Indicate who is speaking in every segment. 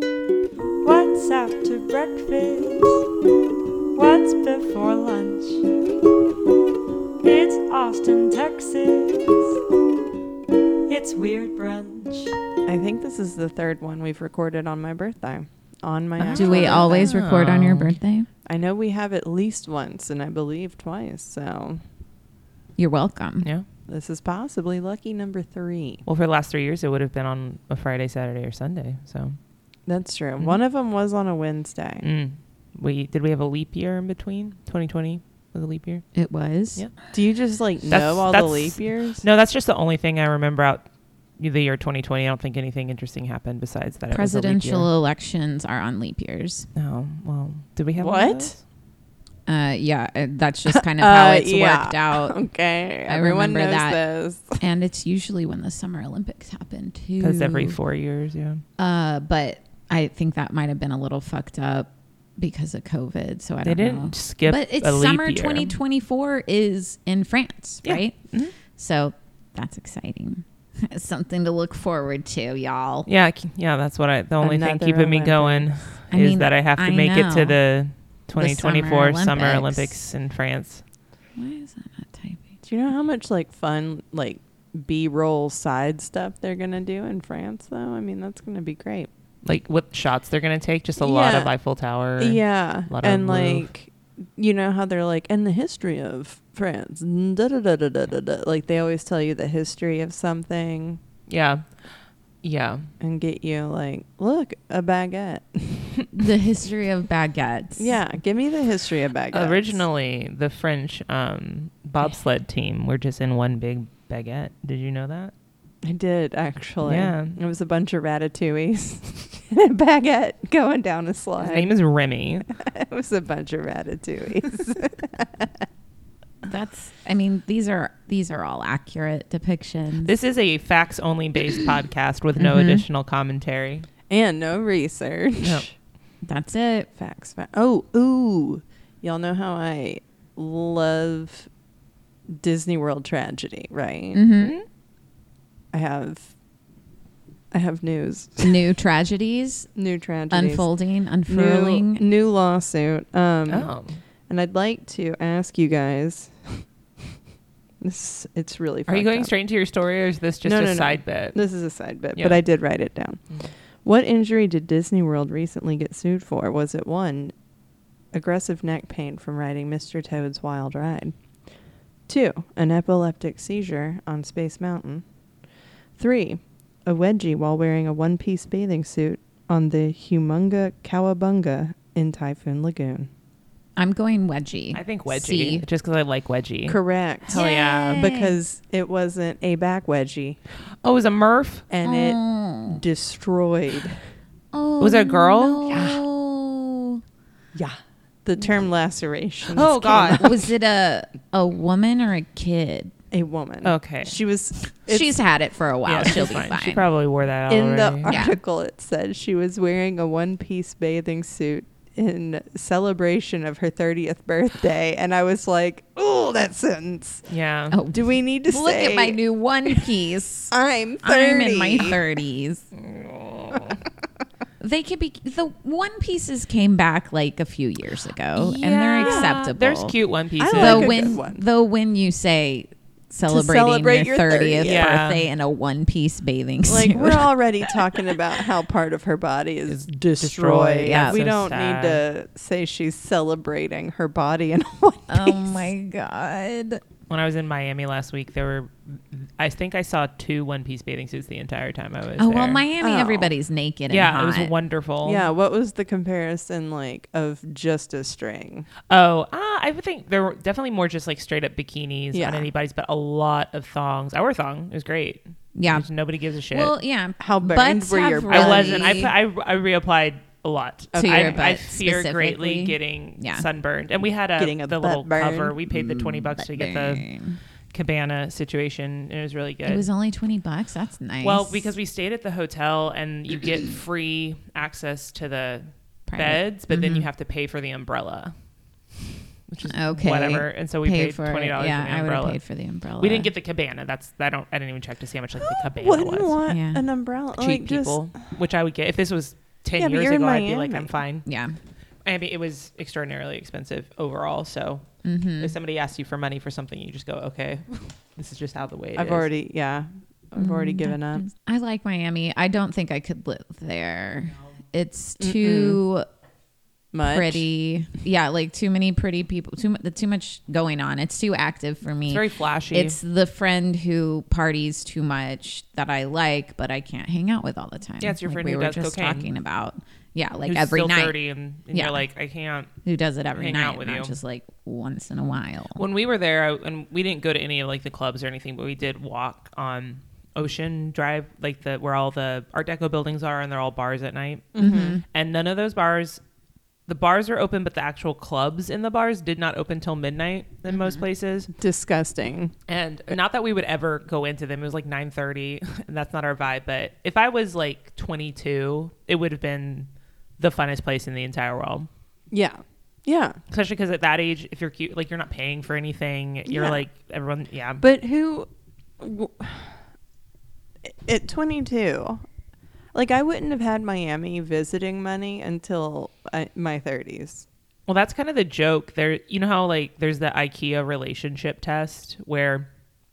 Speaker 1: What's after breakfast? What's before lunch? It's Austin, Texas. It's Weird Brunch.
Speaker 2: I think this is the third one we've recorded on my birthday. On my
Speaker 3: Do
Speaker 2: actual
Speaker 3: we
Speaker 2: birthday.
Speaker 3: always record on
Speaker 4: um,
Speaker 3: your birthday?
Speaker 2: I know we have at least once, and I believe twice. So
Speaker 3: You're welcome.
Speaker 4: Yeah.
Speaker 2: this is possibly lucky number three.
Speaker 4: Well, for the last three years, it would have been on a Friday, Saturday, or Sunday. So,
Speaker 2: That's true.
Speaker 4: Mhm.
Speaker 2: Mm-hmm. One of them was on a Wednesday.
Speaker 4: mm. we did we have a leap year in between? 2020 was a leap year.
Speaker 3: It was.
Speaker 4: Yep.
Speaker 2: Do you just like
Speaker 4: That's-
Speaker 2: know all the
Speaker 4: that's-
Speaker 2: leap years?
Speaker 4: No, that's just the only thing I remember out the year 2020. I don't think anything interesting happened besides that. It was
Speaker 3: Presidential elections are on leap years.
Speaker 4: a leap year. No. Well, did we have one of
Speaker 2: What?
Speaker 4: those?
Speaker 3: Uh, yeah, uh, that's just kind of how
Speaker 2: Uh,
Speaker 3: it's
Speaker 2: yeah.
Speaker 3: worked out.
Speaker 2: Okay,
Speaker 3: I
Speaker 2: everyone
Speaker 3: remember
Speaker 2: knows
Speaker 3: that.
Speaker 2: this.
Speaker 3: and it's usually when the Summer Olympics happen too.
Speaker 4: Because every four years, yeah.
Speaker 3: Uh, but I think that might have been a little fucked up because of COVID. So I
Speaker 4: They
Speaker 3: don't
Speaker 4: didn't
Speaker 3: know.
Speaker 4: skip.
Speaker 3: but it's
Speaker 4: a leap
Speaker 3: summer
Speaker 4: year.
Speaker 3: 2024 is in France,
Speaker 4: Yeah.
Speaker 3: right?
Speaker 4: Mhm.
Speaker 3: So that's exciting. Something to look forward to, y'all.
Speaker 4: Yeah, I c- yeah. That's what I. The only thing
Speaker 2: Another
Speaker 4: keeping me going
Speaker 2: Olympics.
Speaker 3: I
Speaker 4: is
Speaker 3: mean,
Speaker 4: that I have to
Speaker 3: I
Speaker 4: make it
Speaker 3: know.
Speaker 4: to the 2024
Speaker 3: Summer
Speaker 4: Summer
Speaker 3: Olympics.
Speaker 4: Olympics in France.
Speaker 3: Why is that not typing?
Speaker 2: Do you know how much like fun like B roll side stuff they're gonna do in France though? I mean that's gonna be great.
Speaker 4: like what shots they're gonna take. Just a lot
Speaker 2: Yeah.
Speaker 4: of Eiffel Tower.
Speaker 2: Yeah,
Speaker 4: lot of
Speaker 2: and
Speaker 4: move.
Speaker 2: like you know how they're like and the history of France. Da, da, da, da, da, da, da. Like they always tell you the history of something
Speaker 4: yeah, yeah.
Speaker 2: and get you like look a baguette.
Speaker 3: The history of baguettes.
Speaker 2: Yeah, give me the history of baguettes.
Speaker 4: Originally, the French um, bobsled team were just in one big baguette. Did you know that?
Speaker 2: I did actually.
Speaker 4: Yeah.
Speaker 2: it was a bunch of ratatouilles. and a baguette going down a slide.
Speaker 4: His name is Remy.
Speaker 2: it was a bunch of ratatouilles.
Speaker 3: That's I mean, these are these are all accurate depictions.
Speaker 4: This is a facts only based podcast with no
Speaker 2: Mm-hmm.
Speaker 3: Mhm.
Speaker 4: additional commentary.
Speaker 2: and no research.
Speaker 4: No.
Speaker 3: That's it.
Speaker 2: Facts. Fa- oh, ooh. Y'all know how I love Disney World tragedy, right?
Speaker 4: Mm. Mm-hmm.
Speaker 3: hmm
Speaker 2: I have I have news.
Speaker 3: New tragedies
Speaker 2: New tragedy.
Speaker 3: unfolding,
Speaker 2: New,
Speaker 3: unfurling.
Speaker 2: new lawsuit. Um
Speaker 4: Oh,
Speaker 2: and I'd like to ask you guys this it's really
Speaker 4: are you
Speaker 2: fucked
Speaker 4: going
Speaker 2: up.
Speaker 4: straight into your story, or is this just
Speaker 2: No,
Speaker 4: a
Speaker 2: no, no.
Speaker 4: side bit?
Speaker 2: This is a side bit, but
Speaker 4: Yeah.
Speaker 2: I did write it down.
Speaker 4: Mhm.
Speaker 2: What injury did Disney World recently get sued for? Was it one, aggressive neck pain from riding Mr. Toad's Wild Ride? Two, an epileptic seizure on Space Mountain? Three, a wedgie while wearing a one piece bathing suit on the Humunga Cowabunga in Typhoon Lagoon?
Speaker 3: I'm going wedgie.
Speaker 4: I think wedgie,
Speaker 3: See?
Speaker 4: just because I like wedgie.
Speaker 2: Correct.
Speaker 4: Hell yeah.
Speaker 3: Yay.
Speaker 2: Because it wasn't a back wedgie
Speaker 4: Oh, it was a Murph.
Speaker 2: and
Speaker 3: Oh.
Speaker 2: it destroyed.
Speaker 3: Oh,
Speaker 4: Was it a girl?
Speaker 3: no.
Speaker 2: Yeah. The term lacerations.
Speaker 4: Oh,
Speaker 2: came
Speaker 4: God.
Speaker 2: up.
Speaker 3: Was it a a woman or a kid?
Speaker 2: A woman.
Speaker 4: Okay.
Speaker 2: She was. it's-
Speaker 3: she's had it for a while.
Speaker 4: Yeah,
Speaker 3: She'll
Speaker 4: she's
Speaker 3: be fine.
Speaker 4: She probably wore that out
Speaker 2: in the
Speaker 4: already.
Speaker 3: Yeah.
Speaker 2: article. It said she was wearing a one-piece bathing suit in celebration of her 30th birthday, and I was like, "Oh, that sentence.
Speaker 4: yeah.
Speaker 3: oh,
Speaker 2: Do we need to
Speaker 3: look
Speaker 2: say?"
Speaker 3: at my new one piece.
Speaker 2: I'm 30.
Speaker 3: I'm in my thirties. They could be the one pieces came back like a few years ago, Oh, and they're
Speaker 4: Yeah.
Speaker 3: acceptable.
Speaker 4: There's cute one pieces.
Speaker 2: I like
Speaker 3: Though
Speaker 2: a
Speaker 3: when
Speaker 2: good one.
Speaker 3: though when you say celebrating
Speaker 2: celebrate
Speaker 3: your
Speaker 2: your
Speaker 3: 30th
Speaker 2: 30th.
Speaker 4: Yeah.
Speaker 3: birthday in a one piece bathing
Speaker 2: Like
Speaker 3: suit,
Speaker 2: we're already talking about how part of her body is destroyed.
Speaker 4: destroyed.
Speaker 3: Yeah.
Speaker 2: we
Speaker 4: So
Speaker 2: don't
Speaker 4: sad.
Speaker 2: need to say she's celebrating her body in one piece.
Speaker 3: oh my god,
Speaker 4: when I was in Miami last week, there were, I think I saw two one piece bathing suits the entire time I was.
Speaker 3: oh well,
Speaker 4: there.
Speaker 3: Miami,
Speaker 2: Oh.
Speaker 3: everybody's naked. and
Speaker 4: Yeah, it was
Speaker 3: hot.
Speaker 4: wonderful.
Speaker 2: Yeah, what was the comparison like of just a string?
Speaker 4: Oh, ah, I would think there were definitely more just like straight up bikinis
Speaker 2: Yeah.
Speaker 4: on anybody's, but a lot of thongs. I wore a thong. It was great.
Speaker 3: Yeah.
Speaker 4: Which nobody gives a shit.
Speaker 3: Well, yeah.
Speaker 2: How burned
Speaker 3: butts
Speaker 2: were
Speaker 3: have
Speaker 2: your
Speaker 3: really,
Speaker 2: belly?
Speaker 4: I wasn't. I, put, I I reapplied a lot.
Speaker 3: To
Speaker 4: I,
Speaker 3: your
Speaker 4: I
Speaker 3: butt
Speaker 4: fear
Speaker 3: specifically?
Speaker 4: greatly getting
Speaker 3: Yeah.
Speaker 4: sunburned, and we had a,
Speaker 2: Getting a
Speaker 4: the
Speaker 2: butt
Speaker 4: little
Speaker 2: burn.
Speaker 4: cover. We paid the twenty bucks to get the
Speaker 3: Burn.
Speaker 4: cabana situation, and it was really good.
Speaker 3: It was only twenty bucks. That's nice.
Speaker 4: Well, because we stayed at the hotel and you get free access to the
Speaker 3: Private.
Speaker 4: beds, but then you have to pay for the umbrella. which is
Speaker 3: Okay.
Speaker 4: whatever. And so we
Speaker 3: Paid
Speaker 4: paid,
Speaker 3: for it.
Speaker 4: twenty dollars
Speaker 3: Yeah,
Speaker 4: for the
Speaker 3: I would
Speaker 4: umbrella.
Speaker 3: have paid for the umbrella.
Speaker 4: we didn't get the cabana. That's I don't I didn't even check to see how much like the cabana
Speaker 2: wouldn't
Speaker 4: was.
Speaker 2: want
Speaker 3: Yeah.
Speaker 2: an umbrella.
Speaker 4: Cheap
Speaker 2: like, just-
Speaker 4: people, which I would get if this was ten
Speaker 2: Yeah, but
Speaker 4: years
Speaker 2: you're in
Speaker 4: ago. I'd be like,
Speaker 2: Miami.
Speaker 4: I'm fine.
Speaker 3: Yeah.
Speaker 4: I mean, it was extraordinarily expensive overall. So
Speaker 3: Mm-hmm.
Speaker 4: if somebody asks you for money for something, you just go, okay, this is just how the way it
Speaker 2: I've
Speaker 4: is."
Speaker 2: already, yeah, I've already
Speaker 3: Mm,
Speaker 2: given up.
Speaker 3: I like Miami. I don't think I could live there. It's too
Speaker 2: Much.
Speaker 3: pretty. Yeah, like too many pretty people. Too mu- too much going on. It's too active for me.
Speaker 4: It's very flashy.
Speaker 3: It's the friend who parties too much that I like, but I can't hang out with all the time.
Speaker 4: Yeah, it's your
Speaker 3: Like
Speaker 4: friend
Speaker 3: we
Speaker 4: who
Speaker 3: were
Speaker 4: does
Speaker 3: just
Speaker 4: cocaine.
Speaker 3: talking about. Yeah, like
Speaker 4: Who's
Speaker 3: every
Speaker 4: still
Speaker 3: night.
Speaker 4: 30 and, and
Speaker 3: Yeah.
Speaker 4: you're like, I can't.
Speaker 3: Who does it every
Speaker 4: Hang
Speaker 3: night?
Speaker 4: out with
Speaker 3: not
Speaker 4: you.
Speaker 3: just like once in a while.
Speaker 4: When we were there, I, and we didn't go to any of like the clubs or anything, but we did walk on Ocean Drive, like the where all the Art Deco buildings are, and they're all bars at night. Mm-hmm. And none of those bars, the bars are open, but the actual clubs in the bars did not open till midnight in
Speaker 3: Mm-hmm.
Speaker 4: most places.
Speaker 2: Disgusting.
Speaker 4: And
Speaker 3: uh,
Speaker 4: not that we would ever go into them. It was like 9:30, and that's not our vibe. But if I was like 22, it would have been the funnest place in the entire world.
Speaker 2: Yeah. Yeah.
Speaker 4: Especially because at that age, if you're cute, like you're not paying for anything. You're
Speaker 2: Yeah.
Speaker 4: like everyone, yeah.
Speaker 2: But who, w- at 22, like I wouldn't have had Miami visiting money until I, my 30s.
Speaker 4: well, that's kind of the joke. There, you know how like there's the IKEA relationship test where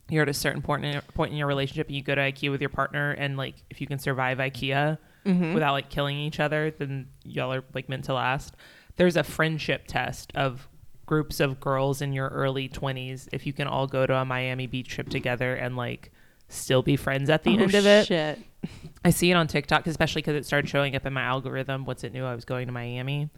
Speaker 4: you're at a certain point in, point in your relationship and you go to IKEA with your partner, and like if you can survive IKEA
Speaker 2: Mm-hmm.
Speaker 4: without like killing each other, then y'all are like meant to last. There's a friendship test of groups of girls in your early 20s if you can all go to a Miami beach trip together and like still be friends at the
Speaker 2: Oh,
Speaker 4: end of it.
Speaker 2: Shit.
Speaker 4: I see it on TikTok, especially because it started showing up in my algorithm once it knew I was going to Miami.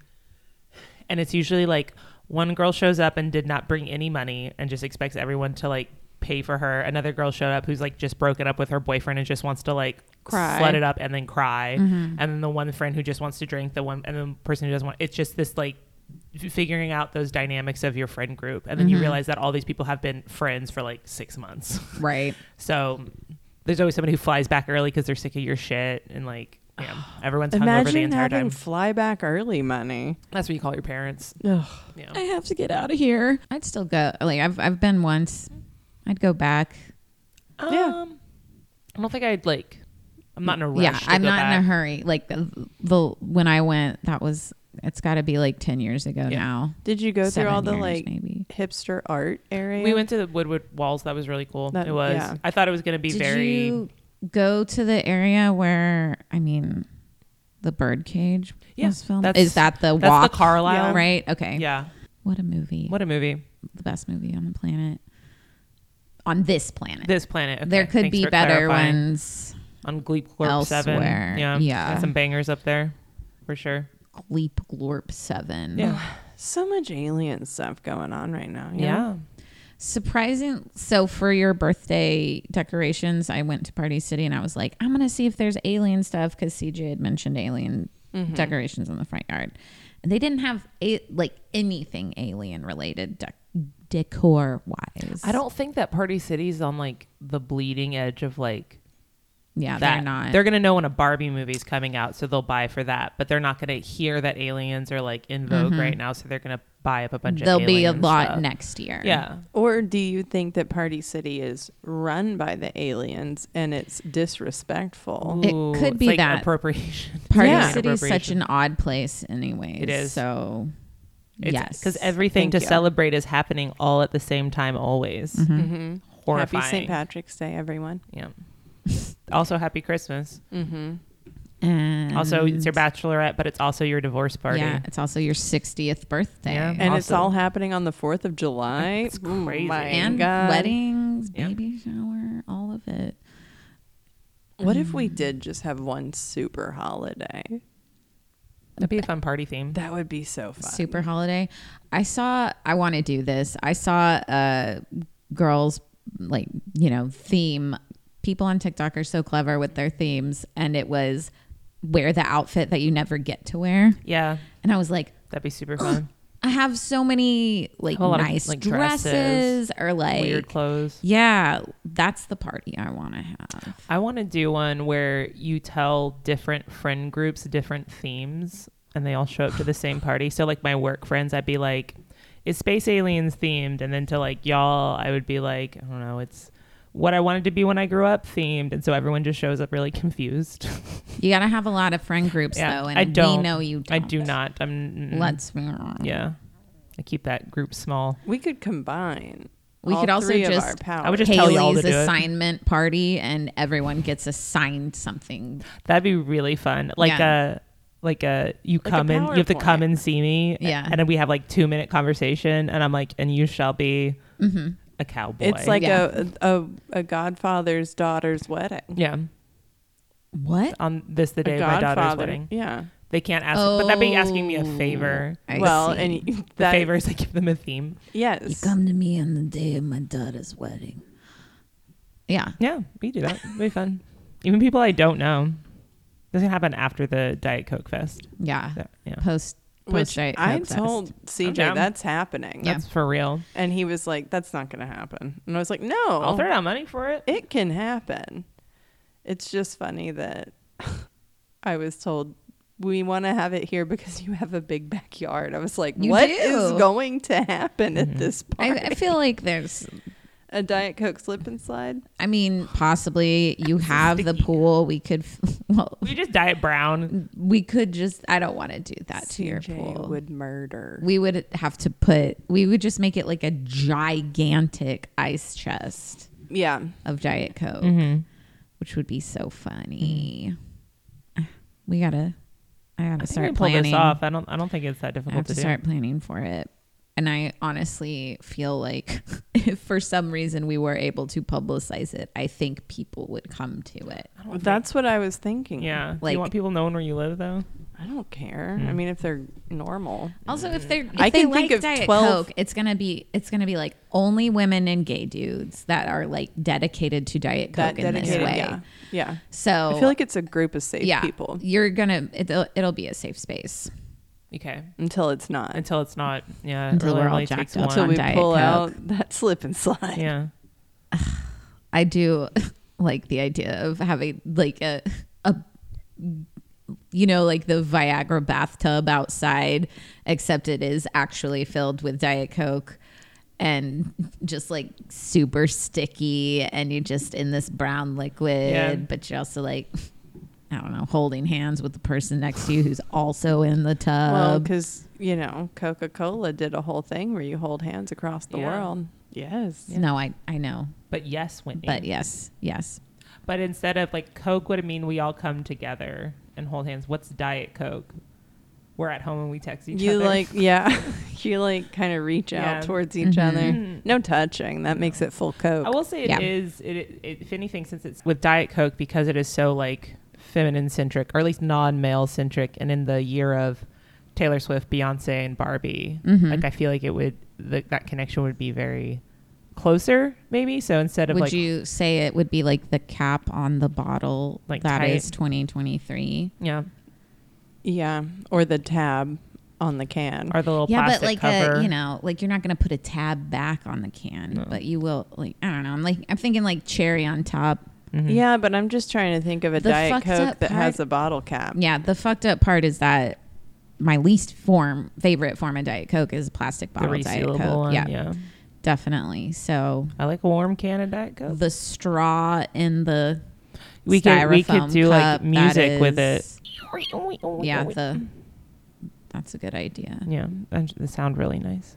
Speaker 4: And it's usually like one girl shows up and did not bring any money and just expects everyone to like pay for her. Another girl showed up who's like just broken up with her boyfriend and just wants to like
Speaker 2: Cry.
Speaker 4: slut it up and then cry. And then the one friend who just wants to drink, the one and the person who doesn't want. It's just this like f- figuring out those dynamics of your friend group, and then you realize that all these people have been friends for like six months.
Speaker 3: Right.
Speaker 4: So there's always somebody who flies back early because they're sick of your shit and like, yeah, everyone's hung over the
Speaker 2: Imagine
Speaker 4: entire
Speaker 2: having
Speaker 4: time.
Speaker 2: fly back early money.
Speaker 4: That's what you call your parents.
Speaker 2: Ugh.
Speaker 3: I
Speaker 4: Yeah.
Speaker 3: have to get out of here. I'd still go. Like I've I've been once. I'd go back.
Speaker 2: Yeah.
Speaker 4: Um, I don't think I'd like. I'm not in a rush.
Speaker 3: yeah,
Speaker 4: to
Speaker 3: I'm
Speaker 4: go
Speaker 3: not in a
Speaker 4: back.
Speaker 3: hurry. Like the, the when I went, that was it's got to be like ten years ago
Speaker 4: Yeah.
Speaker 3: now.
Speaker 2: Did you go through
Speaker 3: Seven
Speaker 2: all the
Speaker 3: years,
Speaker 2: like
Speaker 3: maybe.
Speaker 2: hipster art area?
Speaker 4: We went to the Woodward Walls. That was really cool.
Speaker 2: That-
Speaker 4: it was.
Speaker 2: yeah.
Speaker 4: I thought it was going to be
Speaker 3: Did
Speaker 4: very.
Speaker 3: you go to the area where I mean, the birdcage
Speaker 4: Yeah,
Speaker 3: was filmed?
Speaker 4: that's-
Speaker 3: Is that the
Speaker 4: that's
Speaker 3: walk?
Speaker 4: the Carlisle.
Speaker 2: Yeah.
Speaker 3: right? Okay.
Speaker 4: Yeah.
Speaker 3: What a movie!
Speaker 4: What a movie.
Speaker 3: the best movie on the planet? On this planet,
Speaker 4: This planet. Okay.
Speaker 3: there could
Speaker 4: Thanks
Speaker 3: be
Speaker 4: for
Speaker 3: better
Speaker 4: clarifying.
Speaker 3: ones.
Speaker 4: On Gleep Corp 7.
Speaker 3: elsewhere.
Speaker 4: Yeah.
Speaker 3: Yeah.
Speaker 4: Got some bangers up there for sure.
Speaker 3: Gleep Glorp Seven.
Speaker 4: Yeah.
Speaker 2: so much alien stuff going on right now. you know?
Speaker 4: yeah.
Speaker 3: Surprising. So for your birthday decorations, I went to Party City and I was like, I'm gonna see if there's alien stuff because CJ had mentioned alien
Speaker 4: Mm-hmm.
Speaker 3: decorations in the front yard. And they didn't have a, like anything alien related dec- decor wise.
Speaker 4: I don't think that Party City's on like the bleeding edge of like
Speaker 3: Yeah,
Speaker 4: that.
Speaker 3: they're not.
Speaker 4: They're gonna know when a Barbie movie's coming out, so they'll buy for that. But they're not gonna hear that aliens are like in vogue right now, so they're gonna buy up a bunch
Speaker 3: There'll
Speaker 4: of.
Speaker 3: Mm-hmm. be a
Speaker 4: alien
Speaker 3: lot
Speaker 4: stuff.
Speaker 3: next year.
Speaker 4: Yeah,
Speaker 2: Or do you think that Party City is run by the aliens and it's disrespectful?
Speaker 3: It
Speaker 4: Ooh,
Speaker 3: could
Speaker 4: it's
Speaker 3: be
Speaker 4: like
Speaker 3: that.
Speaker 4: appropriation.
Speaker 3: Party
Speaker 2: Yeah.
Speaker 3: City is such an
Speaker 4: Appropriation.
Speaker 3: odd place, anyways.
Speaker 4: It is.
Speaker 3: So,
Speaker 4: It's,
Speaker 3: yes,
Speaker 4: because everything
Speaker 2: Thank
Speaker 4: to
Speaker 2: you.
Speaker 4: celebrate is happening all at the same time, always.
Speaker 2: Mm-hmm. Happy
Speaker 4: Horrifying.
Speaker 2: St. Patrick's Day, everyone.
Speaker 4: Yeah. also, happy Christmas.
Speaker 2: Mm-hmm.
Speaker 3: and
Speaker 4: Also, it's your bachelorette, but it's also your divorce party.
Speaker 3: Yeah, it's also your 60th birthday.
Speaker 4: Yeah.
Speaker 2: And it's
Speaker 4: Awesome.
Speaker 2: all happening on the 4th of July.
Speaker 4: It's crazy.
Speaker 2: my
Speaker 3: and
Speaker 2: God.
Speaker 3: weddings,
Speaker 4: Yeah.
Speaker 3: baby shower, all of it.
Speaker 2: What if
Speaker 4: Mm.
Speaker 2: we did just have one super holiday?
Speaker 4: That'd be a fun party theme.
Speaker 2: That would be so fun.
Speaker 3: Super holiday. I saw. I want to do this. I saw a girls like you know theme. People on TikTok are so clever with their themes, and it was wear the outfit that you never get to wear.
Speaker 4: Yeah,
Speaker 3: And I was like,
Speaker 4: that'd be super fun.
Speaker 3: I have so many like
Speaker 4: Whole lot of,
Speaker 3: nice
Speaker 4: like,
Speaker 3: dresses,
Speaker 4: dresses,
Speaker 3: or like
Speaker 4: Weird clothes.
Speaker 3: Yeah, that's the party I want to have.
Speaker 4: I want to do one where you tell different friend groups different themes and they all show up to the same party. So, like, my work friends, I'd be like, is space aliens themed, and then to like y'all, I would be like, I don't know, it's what I wanted to be when I grew up themed, and so everyone just shows up really confused.
Speaker 3: You gotta have a lot of friend groups
Speaker 4: Yeah,
Speaker 3: though, and
Speaker 4: I don't.
Speaker 3: we know you. Don't.
Speaker 4: I do not. I'm mm,
Speaker 3: Let's.
Speaker 4: Yeah, I keep that group small.
Speaker 2: We could combine.
Speaker 3: We
Speaker 2: all
Speaker 3: could also
Speaker 2: three of
Speaker 3: just-
Speaker 2: our powers.
Speaker 4: I would just tell
Speaker 3: Haley's
Speaker 4: y'all to do it.
Speaker 3: assignment party, and everyone gets assigned something.
Speaker 4: That'd be really fun. Like
Speaker 3: Yeah.
Speaker 4: a like a you
Speaker 2: Like a
Speaker 4: come in you have to
Speaker 2: PowerPoint.
Speaker 4: come and see me.
Speaker 3: Yeah.
Speaker 4: And then we have like two minute conversation and I'm like, and you shall be a cowboy.
Speaker 2: It's like
Speaker 3: Yeah.
Speaker 2: a, a a Godfather's daughter's wedding.
Speaker 4: Yeah.
Speaker 3: What?
Speaker 4: On this the day
Speaker 2: a
Speaker 4: of my daughter's
Speaker 2: Godfather.
Speaker 4: wedding.
Speaker 2: Yeah.
Speaker 4: They can't ask but that'd be asking me a favor.
Speaker 3: I
Speaker 2: well,
Speaker 3: see.
Speaker 2: and you-
Speaker 4: The
Speaker 2: that
Speaker 4: favor is I give them a theme.
Speaker 3: You
Speaker 2: Yes.
Speaker 3: come to me on the day of my daughter's wedding. Yeah.
Speaker 4: Yeah, we do that. It'd be fun. Even people I don't know. This can happen after the Diet Coke Fest.
Speaker 3: Yeah.
Speaker 4: So, yeah.
Speaker 3: Post.
Speaker 2: Which
Speaker 3: post Diet
Speaker 2: I
Speaker 3: Coke Fest.
Speaker 2: told CJ
Speaker 4: down.
Speaker 2: that's happening.
Speaker 3: Yeah.
Speaker 4: That's for real.
Speaker 2: And he was like, "That's not going to happen." And I was like, "No,
Speaker 4: I'll throw down money for it.
Speaker 2: it can happen." It's just funny that I was told we want to have it here because you have a big backyard. I was like,
Speaker 3: You
Speaker 2: "What
Speaker 3: do.
Speaker 2: is going to happen
Speaker 4: Mm-hmm.
Speaker 2: at this
Speaker 3: I,
Speaker 2: party?"
Speaker 3: I feel like there's.
Speaker 2: a diet coke slip and slide.
Speaker 3: I mean, possibly you have the pool. We could. Well,
Speaker 4: We just diet brown.
Speaker 3: we could just. I don't want to do that to your
Speaker 2: CJ
Speaker 3: pool.
Speaker 2: would murder.
Speaker 3: we would have to put. We would just make it like a gigantic ice chest.
Speaker 2: yeah,
Speaker 3: of Diet Coke,
Speaker 4: Mm-hmm.
Speaker 3: which would be so funny. We gotta, Mm-hmm. I gotta
Speaker 4: I think we
Speaker 3: start
Speaker 4: can pull
Speaker 3: planning.
Speaker 4: this off. I don't I don't think it's that
Speaker 3: I
Speaker 4: difficult
Speaker 3: have
Speaker 4: to,
Speaker 3: to
Speaker 4: do.
Speaker 3: start planning for it. And I honestly feel like if for some reason we were able to publicize it, I think people would come to it.
Speaker 2: that's what I was thinking.
Speaker 4: Yeah. do
Speaker 3: Like-
Speaker 4: you want people knowing where you live though?
Speaker 2: I don't care.
Speaker 4: Hmm.
Speaker 2: I mean, if they're normal,
Speaker 3: Also, if they're if
Speaker 2: I
Speaker 3: they
Speaker 2: can
Speaker 3: like
Speaker 2: think of
Speaker 3: Diet
Speaker 2: 12
Speaker 3: Coke, it's gonna be it's gonna be like only women and gay dudes that are like dedicated to Diet Coke
Speaker 2: that
Speaker 3: in this
Speaker 2: dedicated.
Speaker 3: way.
Speaker 2: Yeah, yeah.
Speaker 3: So
Speaker 2: I feel like it's a group of safe people
Speaker 3: You're gonna it'll, it'll be a safe space.
Speaker 4: Okay.
Speaker 2: until it's not.
Speaker 4: Until it's not. Yeah. it
Speaker 3: Until
Speaker 4: really
Speaker 3: we're all
Speaker 4: only
Speaker 3: jacked
Speaker 4: takes
Speaker 3: up.
Speaker 4: one.
Speaker 2: Until we
Speaker 3: Diet
Speaker 2: pull
Speaker 3: Coke.
Speaker 2: out that slip and slide.
Speaker 4: yeah.
Speaker 3: I do like the idea of having like a a you know like the Viagra bathtub outside, except it is actually filled with Diet Coke and just like super sticky and you're just in this brown liquid
Speaker 4: Yeah.
Speaker 3: but you're also like i don't know holding hands with the person next to you who's also in the
Speaker 2: Well,
Speaker 3: tub
Speaker 2: because you know, Coca Cola did a whole thing where you hold hands across the
Speaker 4: Yeah.
Speaker 2: world. Yes.
Speaker 3: no i i know
Speaker 4: But yes, Whitney.
Speaker 3: but yes yes
Speaker 4: But instead of like Coke would mean we all come together and hold hands. What's Diet Coke? We're at home and we text each
Speaker 2: You
Speaker 4: other.
Speaker 2: like, yeah, you like kind of reach
Speaker 4: Yeah. Mm-hmm.
Speaker 2: out towards
Speaker 3: Mm-hmm.
Speaker 2: each other. No touching. That makes it full Coke.
Speaker 4: I will say
Speaker 3: Yeah.
Speaker 4: it is. It, it, if anything, since it's with Diet Coke, because it is so like feminine centric, or at least non male centric, and in the year of Taylor Swift, Beyonce, and Barbie,
Speaker 3: Mm-hmm.
Speaker 4: like I feel like it would the, that connection would be very closer, maybe. So instead of
Speaker 3: would
Speaker 4: like,
Speaker 3: you say it would be like the cap on the bottle that
Speaker 4: Like
Speaker 3: is
Speaker 4: tight?
Speaker 3: 2023
Speaker 4: yeah,
Speaker 2: yeah, or the tab on the can.
Speaker 4: or the little
Speaker 3: yeah but
Speaker 4: plastic
Speaker 3: like
Speaker 4: cover,
Speaker 3: a you know like you're not gonna put a tab back on the can
Speaker 4: No.
Speaker 3: but you will like i don't know i'm like i'm thinking like cherry on top
Speaker 2: Yeah, but I'm just trying to think of a
Speaker 3: Mm-hmm. The
Speaker 2: diet
Speaker 3: fucked
Speaker 2: Coke
Speaker 3: up
Speaker 2: that
Speaker 3: part-
Speaker 2: has a bottle cap.
Speaker 3: yeah the fucked up part is that my least form favorite form of diet coke is plastic
Speaker 4: the
Speaker 3: bottle diet
Speaker 4: resealable
Speaker 3: coke
Speaker 4: one.
Speaker 3: yeah,
Speaker 4: Yeah.
Speaker 3: definitely so
Speaker 4: I like a warm can of Diet Coke.
Speaker 3: the straw in the
Speaker 4: We could we could
Speaker 3: styrofoam
Speaker 4: do
Speaker 3: cup,
Speaker 4: like
Speaker 3: that
Speaker 4: music with it.
Speaker 3: is- yeah the that's a good idea
Speaker 4: yeah, and they sound really nice.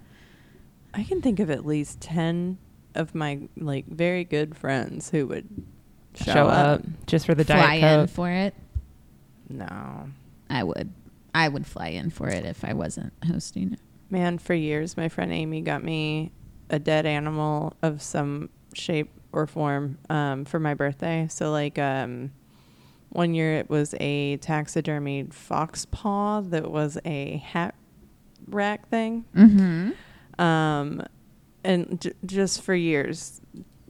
Speaker 2: I can think of at least 10 of my like very good friends who would show, up.
Speaker 4: just for the
Speaker 3: fly
Speaker 4: Diet
Speaker 3: in
Speaker 4: Coke.
Speaker 3: for it
Speaker 2: No.
Speaker 3: I would. I would fly in for it if I wasn't hosting it.
Speaker 2: Man, for years my friend Amy got me a dead animal of some shape or form um, for my birthday. So like um one year it was a taxidermied fox paw that was a hat rack thing.
Speaker 3: Mm-hmm.
Speaker 2: um, and j- just for years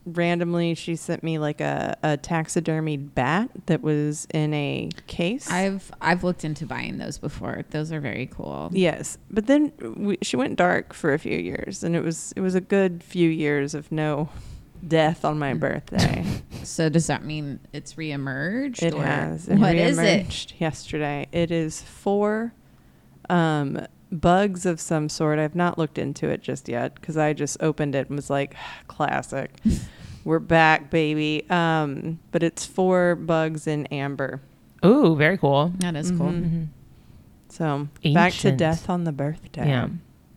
Speaker 2: randomly she sent me like a, a taxidermied bat that was in a case
Speaker 3: I've I've looked into buying those before. Those are very cool.
Speaker 2: yes but then we, she went dark for a few years and it was it was a good few years of no death on my birthday
Speaker 3: So does that mean it's reemerged?
Speaker 2: it
Speaker 3: or
Speaker 2: has
Speaker 3: What is it?
Speaker 2: reemerged yesterday it is four um bugs of some sort. I've not looked into it just yet because I just opened it and was like, classic. We're back, baby. Um, but it's four bugs in amber.
Speaker 4: Ooh, very cool.
Speaker 3: That is cool.
Speaker 2: Mm-hmm. So back to
Speaker 4: Ancient.
Speaker 2: death on the birthday.
Speaker 4: Yeah.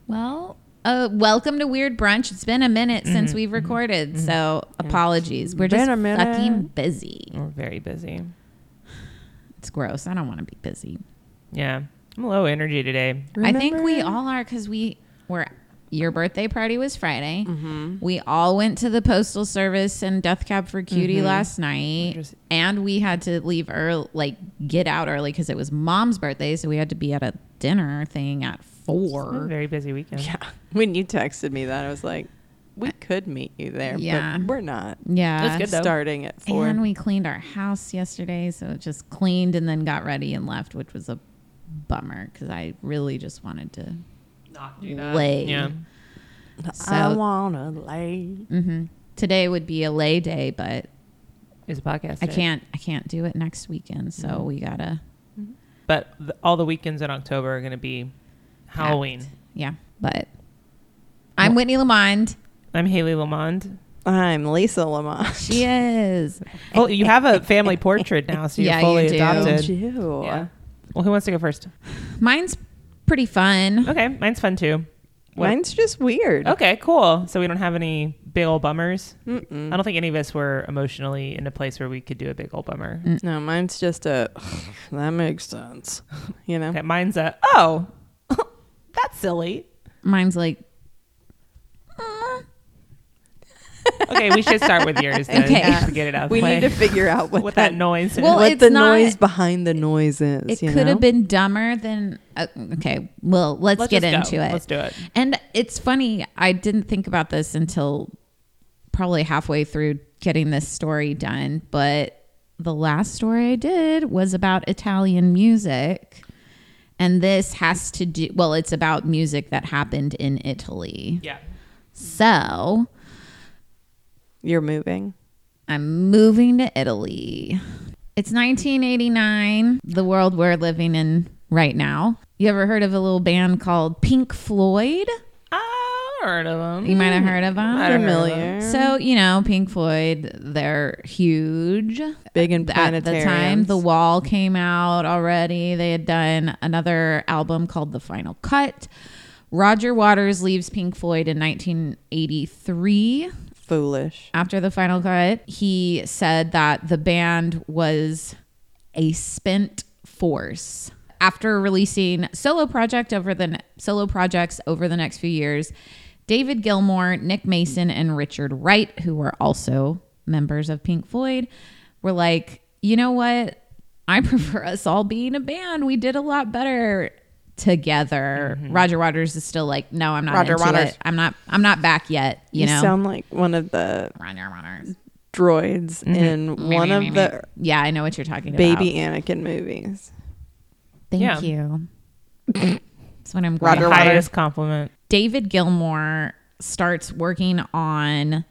Speaker 3: Well, uh, welcome to Weird Brunch. It's been a minute
Speaker 4: Mm-hmm.
Speaker 3: since we've recorded, so apologies. We're
Speaker 2: Been
Speaker 3: just
Speaker 2: a minute.
Speaker 3: fucking busy.
Speaker 4: We're very busy.
Speaker 3: It's gross. I don't want to be busy.
Speaker 4: Yeah. I'm low energy today.
Speaker 3: I think we
Speaker 2: Remember?
Speaker 3: all are because we were. Your birthday party was Friday.
Speaker 4: Mm-hmm.
Speaker 3: We all went to the postal service and Death Cab for Cutie
Speaker 4: Mm-hmm.
Speaker 3: last night,
Speaker 4: Just-
Speaker 3: and we had to leave early, like get out early because it was Mom's birthday, so we had to be at a dinner thing at
Speaker 4: It's been a
Speaker 3: four.
Speaker 4: very busy weekend.
Speaker 2: Yeah. When you texted me that, I was like, we could meet you there,
Speaker 3: Yeah.
Speaker 2: but we're not
Speaker 3: Yeah,
Speaker 4: That's good, though.
Speaker 2: starting at four.
Speaker 3: And we cleaned our house yesterday, so it just cleaned and then got ready and left, which was a bummer because I really just wanted to
Speaker 4: Not
Speaker 3: do that. Lay.
Speaker 4: Yeah.
Speaker 2: I
Speaker 3: so- Mm-hmm.
Speaker 2: wanna lay.
Speaker 3: today would be a lay day, but
Speaker 4: It's a podcast.
Speaker 3: I
Speaker 4: day.
Speaker 3: can't I can't do it next weekend, so
Speaker 4: Mm.
Speaker 3: we gotta
Speaker 4: But th- all the weekends in October are going to be Halloween.
Speaker 3: act. Yeah, but I'm Whitney Lamond.
Speaker 4: I'm Haley Lamond.
Speaker 2: I'm Lisa Lamont.
Speaker 3: She is.
Speaker 4: Oh, you have a family portrait now, so you're
Speaker 3: Yeah, you
Speaker 4: fully
Speaker 3: do.
Speaker 4: adopted.
Speaker 2: you.
Speaker 4: Yeah. Well, who wants to go first?
Speaker 3: Mine's pretty fun.
Speaker 4: Okay, mine's fun too. What- Oh.
Speaker 2: Mine's just weird.
Speaker 4: Okay, cool. So we don't have any big old bummers. I don't think any of us were emotionally in a place where we could do a big old bummer.
Speaker 2: No, mine's just a. That makes sense. You know.
Speaker 4: Okay, mine's a oh, that's silly.
Speaker 3: Mine's like "Mm."
Speaker 4: Okay, we should start with yours then,
Speaker 3: Okay.
Speaker 4: just to get it out. of
Speaker 2: We
Speaker 4: the way.
Speaker 2: need to figure out what,
Speaker 4: what
Speaker 2: that,
Speaker 4: that noise. is.
Speaker 3: Well,
Speaker 2: what
Speaker 3: it's
Speaker 2: the
Speaker 3: not-
Speaker 2: noise behind the noise is.
Speaker 3: it
Speaker 2: you
Speaker 3: could
Speaker 2: know?
Speaker 3: have been dumber than uh, okay. Well, let's,
Speaker 4: Let's
Speaker 3: get
Speaker 4: just
Speaker 3: into
Speaker 4: go.
Speaker 3: it.
Speaker 4: Let's do it.
Speaker 3: And it's funny, I didn't think about this until probably halfway through getting this story done, but the last story I did was about Italian music. And this has to do, well, it's about music that happened in Italy.
Speaker 4: yeah.
Speaker 3: So
Speaker 2: You're moving.
Speaker 3: I'm moving to Italy. It's 1989, the world we're living in right now. You ever heard of a little band called Pink Floyd?
Speaker 4: I heard of them.
Speaker 3: You Mm. might have heard of them.
Speaker 4: I don't know.
Speaker 2: Familiar.
Speaker 3: So, you know, Pink Floyd, they're huge.
Speaker 2: Big in
Speaker 3: At the time,
Speaker 2: planetariums.
Speaker 3: The Wall came out already. They had done another album called The Final Cut. Roger Waters leaves Pink Floyd in 1983
Speaker 2: Foolish.
Speaker 3: after the final cut, he said that the band was a spent force. After releasing solo project over the ne- solo projects over the next few years, David Gilmour, Nick Mason, and Richard Wright, who were also members of Pink Floyd, were like, you know what? I prefer us all being a band. We did a lot better together. Roger Waters is still like, no, I'm not
Speaker 2: Mm-hmm. Roger
Speaker 3: into
Speaker 2: Waters.
Speaker 3: it. I'm not. I'm not back yet. You,
Speaker 2: You,
Speaker 3: know,
Speaker 2: sound like one of the
Speaker 3: Roger Waters.
Speaker 2: droids
Speaker 3: Mm-hmm.
Speaker 2: in one of the
Speaker 3: yeah, I know what you're talking about.
Speaker 2: baby Anakin movies.
Speaker 3: thank
Speaker 4: Yeah.
Speaker 3: you. That's what
Speaker 2: Roger
Speaker 3: I'm. grateful.
Speaker 2: Waters.
Speaker 4: Highest compliment.
Speaker 3: David Gilmour starts working on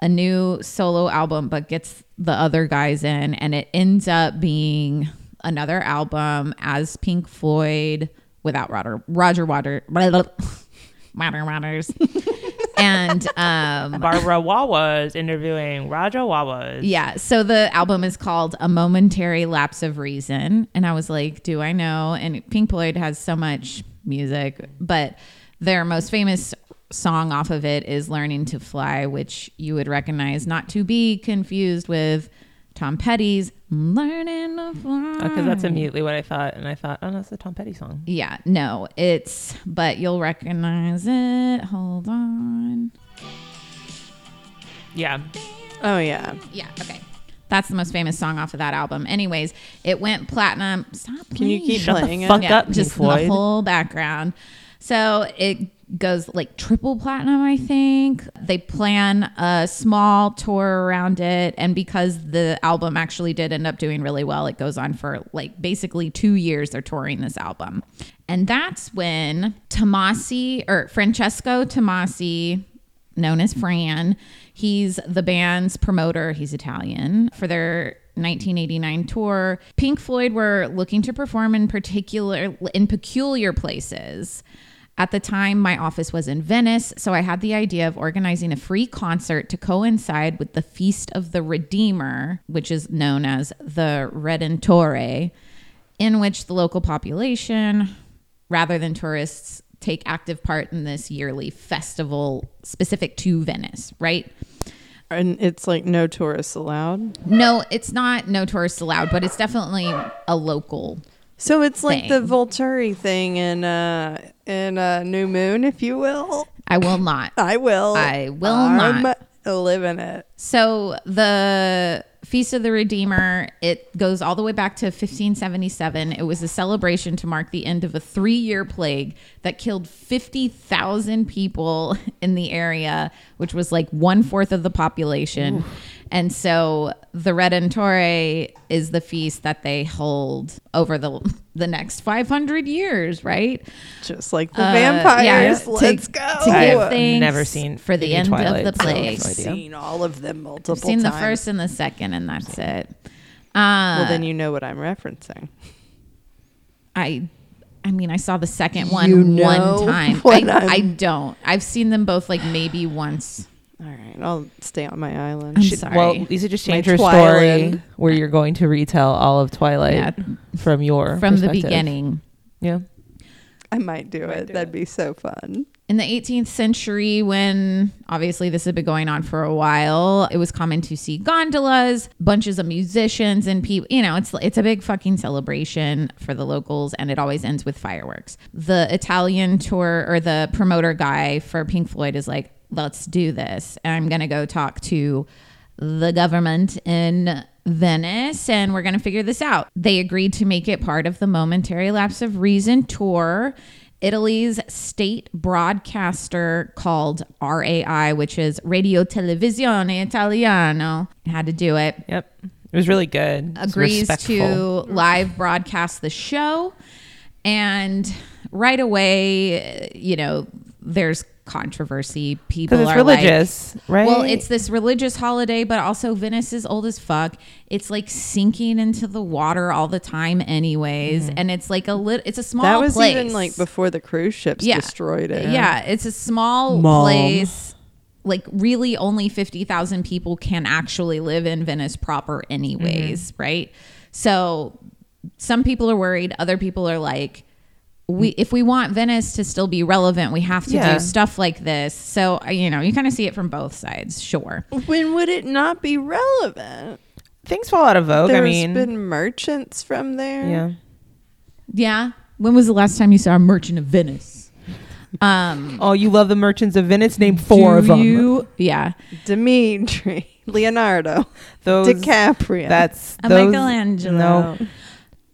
Speaker 3: a new solo album, but gets the other guys in, and it ends up being another album as Pink Floyd without Roger Roger Water. Roger Waters. and um
Speaker 4: Barbara Wawa is interviewing Roger Wawa.
Speaker 3: Yeah. So the album is called A Momentary Lapse of Reason. And I was like, do I know? And Pink Floyd has so much music, but their most famous song off of it is Learning to Fly, which you would recognize not to be confused with Tom Petty's Learning to Fly.
Speaker 4: Because Uh, that's immediately what I thought, and I thought, oh, that's the Tom Petty song.
Speaker 3: Yeah, no, it's, but you'll recognize it. Hold on.
Speaker 4: Yeah.
Speaker 2: Oh yeah.
Speaker 3: Yeah, okay. That's the most famous song off of that album. Anyways, it went platinum. Stop.
Speaker 2: Can you
Speaker 3: playing.
Speaker 2: keep
Speaker 4: Shut the
Speaker 2: playing it?
Speaker 4: fuck up, Pink
Speaker 3: just
Speaker 4: Floyd.
Speaker 3: the whole background. So it goes like triple platinum, I think. They plan a small tour around it, and because the album actually did end up doing really well, it goes on for like basically two years. They're touring this album, and that's when Tomasi or Francesco Tomasi known as Fran. He's the band's promoter. He's Italian. For their 1989 tour. Pink Floyd were looking to perform in particular in peculiar places. At the time, my office was in Venice, so I had the idea of organizing a free concert to coincide with the Feast of the Redeemer, which is known as the Redentore, in which the local population, rather than tourists, take active part in this yearly festival specific to Venice, right?
Speaker 2: And it's like no tourists allowed.
Speaker 3: No, it's not no tourists allowed, but it's definitely a local.
Speaker 2: So it's like the
Speaker 3: Thing.
Speaker 2: Volturi thing in uh in uh, New Moon, if you will.
Speaker 3: I will not.
Speaker 2: I will.
Speaker 3: I will
Speaker 2: I'm
Speaker 3: not.
Speaker 2: living it.
Speaker 3: So the Feast of the Redeemer, it goes all the way back to 1577. It was a celebration to mark the end of a three year plague that killed 50,000 people in the area, which was like one fourth of the population. And so the Redentore is the feast that they hold over the the next 500 years, right?
Speaker 2: Just like the
Speaker 3: Uh,
Speaker 2: vampires.
Speaker 3: yeah, to-
Speaker 2: Let's go.
Speaker 3: to give
Speaker 4: I've
Speaker 3: thanks
Speaker 4: never seen
Speaker 3: for the
Speaker 4: any
Speaker 3: end
Speaker 4: Twilight,
Speaker 3: of the
Speaker 4: so I have
Speaker 3: plague.
Speaker 4: no idea.
Speaker 2: seen all of them multiple
Speaker 3: I've seen
Speaker 2: times.
Speaker 3: the first and the second, and that's it. Uh,
Speaker 2: Well, then you know what I'm referencing.
Speaker 3: I I mean I saw the second one
Speaker 2: You know
Speaker 3: one time.
Speaker 2: what
Speaker 3: I,
Speaker 2: I'm-
Speaker 3: I don't. I've seen them both like maybe once.
Speaker 2: All right, I'll stay on my island.
Speaker 3: I'm
Speaker 2: Shit.
Speaker 3: sorry.
Speaker 4: Well, Lisa just
Speaker 2: My
Speaker 4: changed her
Speaker 2: Twilight.
Speaker 4: story where you're going to retell all of Twilight
Speaker 3: Yeah.
Speaker 4: from your
Speaker 3: From the
Speaker 4: perspective.
Speaker 3: beginning.
Speaker 4: Yeah.
Speaker 2: I might do it.
Speaker 4: do
Speaker 2: That'd
Speaker 4: it.
Speaker 2: be so fun.
Speaker 3: In the 18th century, when obviously this had been going on for a while, it was common to see gondolas, bunches of musicians, and people. You know, it's it's a big fucking celebration for the locals, and it always ends with fireworks. The Italian tour or the promoter guy for Pink Floyd is like, "Let's do this," and I'm gonna go talk to the government in Venice and we're going to figure this out. They agreed to make it part of the Momentary Lapse of Reason tour. Italy's state broadcaster called RAI, which is Radio Televisione Italiano, had to do it
Speaker 4: Yep. It was really good. It's
Speaker 3: agrees
Speaker 4: respectful.
Speaker 3: to live broadcast the show. And right away, you know, there's controversy. People
Speaker 4: it's
Speaker 3: are
Speaker 4: religious,
Speaker 3: like,
Speaker 4: right?
Speaker 3: Well, it's this religious holiday, but also Venice is old as fuck. It's like sinking into the water all the time, anyways.
Speaker 4: Mm-hmm.
Speaker 3: And it's like a lit. It's a small.
Speaker 2: that was
Speaker 3: place.
Speaker 2: even like before the cruise ships destroyed it.
Speaker 3: Yeah, it's a small
Speaker 2: Mom.
Speaker 3: place. Like really only 50,000 people can actually live in Venice proper anyways,
Speaker 4: Mm-hmm.
Speaker 3: right? So some people are worried, other people are like we if we want Venice to still be relevant, we have to
Speaker 4: Yeah.
Speaker 3: do stuff like this. So, uh, you know, you kind of see it from both sides, sure.
Speaker 2: When would it not be relevant?
Speaker 4: Things fall out of vogue.
Speaker 2: There's
Speaker 4: I mean,
Speaker 2: been merchants from there.
Speaker 4: yeah.
Speaker 3: Yeah. When was the last time you saw a merchant of Venice? Um
Speaker 4: Oh, you love the Merchants of Venice? Name four
Speaker 3: do
Speaker 4: of them.
Speaker 3: you- yeah.
Speaker 2: Dimitri, Leonardo,
Speaker 4: Those.
Speaker 2: DiCaprio.
Speaker 4: that's
Speaker 3: A
Speaker 4: those,
Speaker 3: Michelangelo.
Speaker 4: No,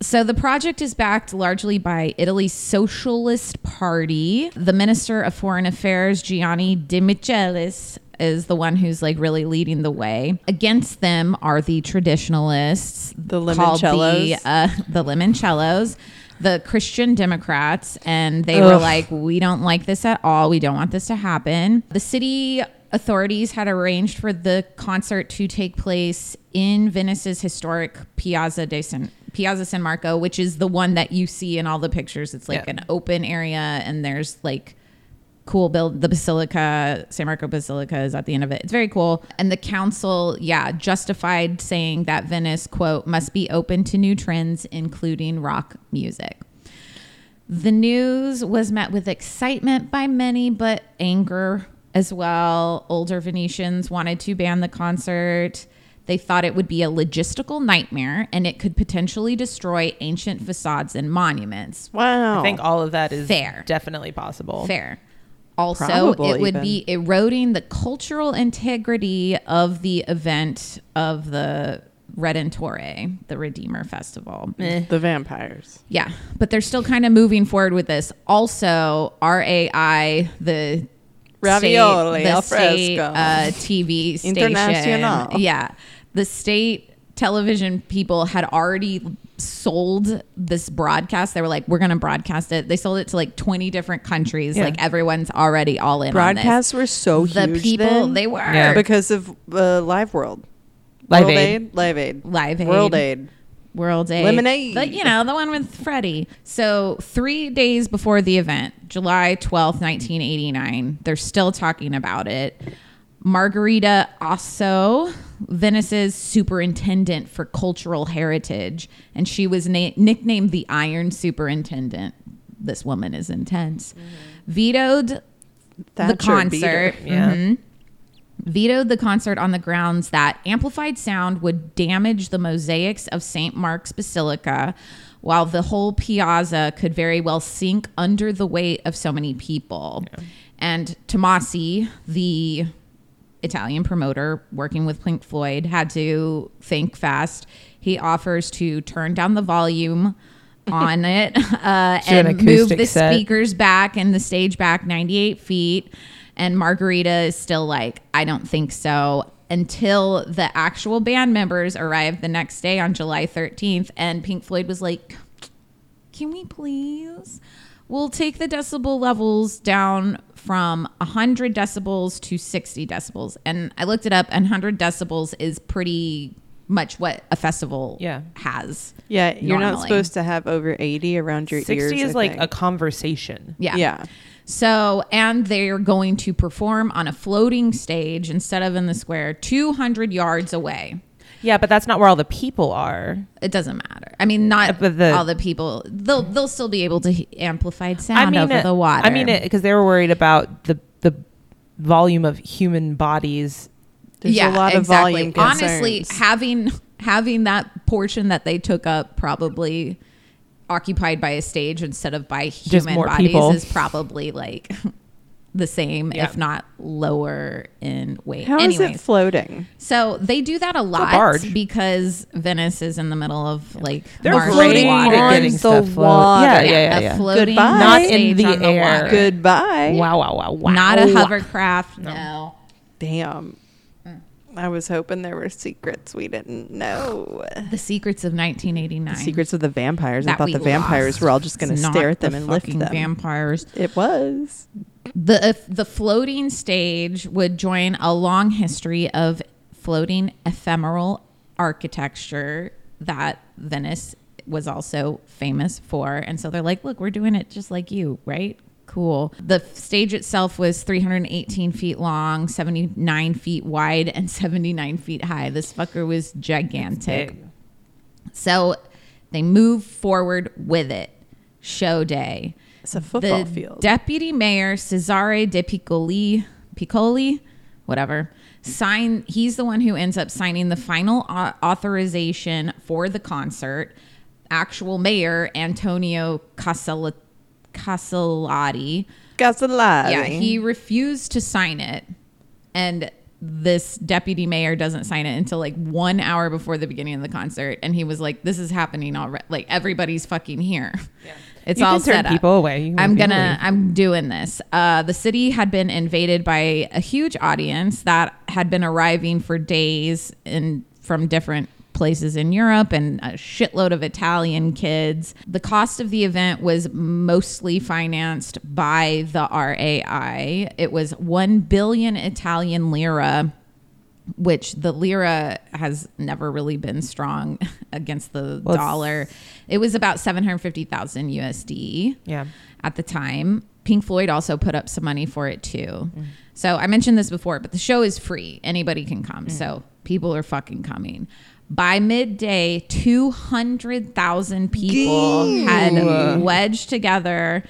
Speaker 3: So the project is backed largely by Italy's Socialist Party. The Minister of Foreign Affairs, Gianni De Michelis, is the one who's like really leading the way. Against them are the traditionalists,
Speaker 2: The
Speaker 3: called the
Speaker 2: limoncellos.
Speaker 3: uh, the limoncellos, the Christian Democrats, and they were
Speaker 4: Ugh.
Speaker 3: like, "We don't like this at all. We don't want this to happen." The city authorities had arranged for the concert to take place in Venice's historic Piazza de San Piazza San Marco, which is the one that you see in all the pictures. It's like
Speaker 4: Yeah.
Speaker 3: an open area, and there's like cool build the basilica san marco basilica is at the end of it it's very cool and the council yeah justified saying that venice quote must be open to new trends including rock music the news was met with excitement by many but anger as well older venetians wanted to ban the concert they thought it would be a logistical nightmare and it could potentially destroy ancient facades and monuments
Speaker 2: wow.
Speaker 4: I think all of that is
Speaker 3: Fair.
Speaker 4: definitely possible.
Speaker 3: Fair. Also,
Speaker 2: Probable
Speaker 3: it would be eroding the cultural integrity of the event of the Redentore, the Redeemer Festival.
Speaker 2: the vampires.
Speaker 3: Yeah, but they're still kind of moving forward with this. Also, RAI, the
Speaker 2: Ravioli
Speaker 3: state, the
Speaker 2: al
Speaker 3: state,
Speaker 2: fresco.
Speaker 3: uh, TV station,
Speaker 2: Internacional.
Speaker 3: Yeah, the state television people had already sold this broadcast. They were like, "We're going to broadcast it." They sold it to like twenty different countries.
Speaker 4: Yeah.
Speaker 3: Like everyone's already all in. on this.
Speaker 2: Broadcasts were so
Speaker 3: The
Speaker 2: huge
Speaker 3: people
Speaker 2: then
Speaker 3: they were
Speaker 4: Yeah.
Speaker 2: because of uh, Live World.
Speaker 3: Live
Speaker 2: World
Speaker 3: Aid.
Speaker 2: Aid. Live Aid.
Speaker 3: Live Aid.
Speaker 2: World Aid.
Speaker 3: World Aid.
Speaker 2: Lemonade.
Speaker 3: But, you know, the one with Freddie. So, three days before the event, July 12th, 1989, they're still talking about it. Margarita Osso, Venice's superintendent for cultural heritage, and she was na- nicknamed the Iron Superintendent. This woman is intense. Vetoed
Speaker 2: Mm-hmm. Thatcher
Speaker 3: the concert.
Speaker 2: beater.
Speaker 4: Yeah.
Speaker 3: Mhm. Vetoed the concert on the grounds that amplified sound would damage the mosaics of St. Mark's Basilica, while the whole piazza could very well sink under the weight of so many people. And Tomasi, the Italian promoter working with Pink Floyd, had to think fast. He offers to turn down the volume on it uh,
Speaker 4: Do an
Speaker 3: and move
Speaker 4: acoustic
Speaker 3: the
Speaker 4: set.
Speaker 3: speakers back and the stage back 98 feet. And Margarita is still like, I don't think so. Until the actual band members arrived the next day on July 13th. And Pink Floyd was like, Can we please? We'll take the decibel levels down from 100 decibels to 60 decibels. And I looked it up, and 100 decibels is pretty much what a festival
Speaker 4: Yeah.
Speaker 3: has.
Speaker 2: Yeah, you're not
Speaker 3: Normally.
Speaker 2: supposed to have over 80 around your ears.
Speaker 4: 60
Speaker 2: I
Speaker 4: is like
Speaker 2: think.
Speaker 4: a conversation.
Speaker 3: Yeah.
Speaker 2: Yeah.
Speaker 3: So, and they're going to perform on a floating stage instead of in the square 200 yards away.
Speaker 4: Yeah, but that's not where all the people are.
Speaker 3: It doesn't matter. I mean, not
Speaker 4: Uh, but the-
Speaker 3: all the people. They'll they'll still be able to he- amplified sound over
Speaker 4: it-
Speaker 3: the water.
Speaker 4: I mean, because they were worried about the the volume of human bodies.
Speaker 2: There's a lot of volume concerns.
Speaker 3: Honestly, having having that portion that they took up probably occupied by a stage instead of by human
Speaker 4: more
Speaker 3: bodies
Speaker 4: people.
Speaker 3: is probably like the same,
Speaker 4: Yeah.
Speaker 3: if not lower in weight.
Speaker 2: How is
Speaker 3: Anyways.
Speaker 2: it floating?
Speaker 3: So they do that a lot
Speaker 4: barge.
Speaker 3: because Venice is in the middle of like
Speaker 4: They're
Speaker 3: marshy
Speaker 4: great
Speaker 2: floating
Speaker 4: at
Speaker 2: on
Speaker 4: getting
Speaker 2: the
Speaker 4: stuff float-
Speaker 2: water.
Speaker 4: Yeah, yeah, yeah.
Speaker 3: a
Speaker 4: yeah.
Speaker 3: floating
Speaker 2: Goodbye.
Speaker 4: Not in
Speaker 3: stage
Speaker 4: the
Speaker 3: on the
Speaker 4: air.
Speaker 3: water.
Speaker 2: Goodbye.
Speaker 4: Wow, wow, wow, wow.
Speaker 3: Not a hovercraft. No.
Speaker 2: Damn.
Speaker 3: Mm.
Speaker 2: I was hoping there were secrets we didn't know.
Speaker 3: The secrets of 1989.
Speaker 2: Secrets of the vampires. I
Speaker 3: that
Speaker 2: thought
Speaker 3: we
Speaker 2: the vampires
Speaker 3: lost.
Speaker 2: were all just going to
Speaker 3: It's not
Speaker 2: stare at them
Speaker 3: the
Speaker 2: and lift
Speaker 3: fucking
Speaker 2: them.
Speaker 3: Vampires.
Speaker 2: it was.
Speaker 3: The if the floating stage would join a long history of floating ephemeral architecture that Venice was also famous for. And so they're like, look, we're doing it just like you, right? Cool. The f- stage itself was 318 feet long, 79 feet wide, and 79 feet high. This fucker was gigantic.
Speaker 4: Big.
Speaker 3: So they move forward with it. Show day.
Speaker 2: It's a football
Speaker 3: the
Speaker 2: field.
Speaker 3: Deputy Mayor Cesare De Piccoli, Piccoli, whatever, sign. He's the one who ends up signing the final au- authorization for the concert. Actual Mayor Antonio Casella, Castellati.
Speaker 2: Got a lie.
Speaker 3: Yeah, he refused to sign it. And this deputy mayor doesn't sign it until like one hour before the beginning of the concert. And he was like, this is happening already. Like everybody's fucking here. It's
Speaker 4: You
Speaker 3: all
Speaker 4: can turn
Speaker 3: set up.
Speaker 4: people away. You can
Speaker 3: I'm
Speaker 4: make
Speaker 3: gonna,
Speaker 4: people leave.
Speaker 3: I'm doing this. Uh, the city had been invaded by a huge audience that had been arriving for days in from different places in Europe and a shitload of Italian kids. The cost of the event was mostly financed by the RAI. It was 1 billion Italian lira which the lira has never really been strong against the
Speaker 4: Well, it's-
Speaker 3: dollar. It was about 750,000 USD
Speaker 4: Yeah.
Speaker 3: at the time. Pink Floyd also put up some money for it too. So I mentioned this before, but the show is free. Anybody can come. So people are fucking coming. By midday, 200,000 people had wedged together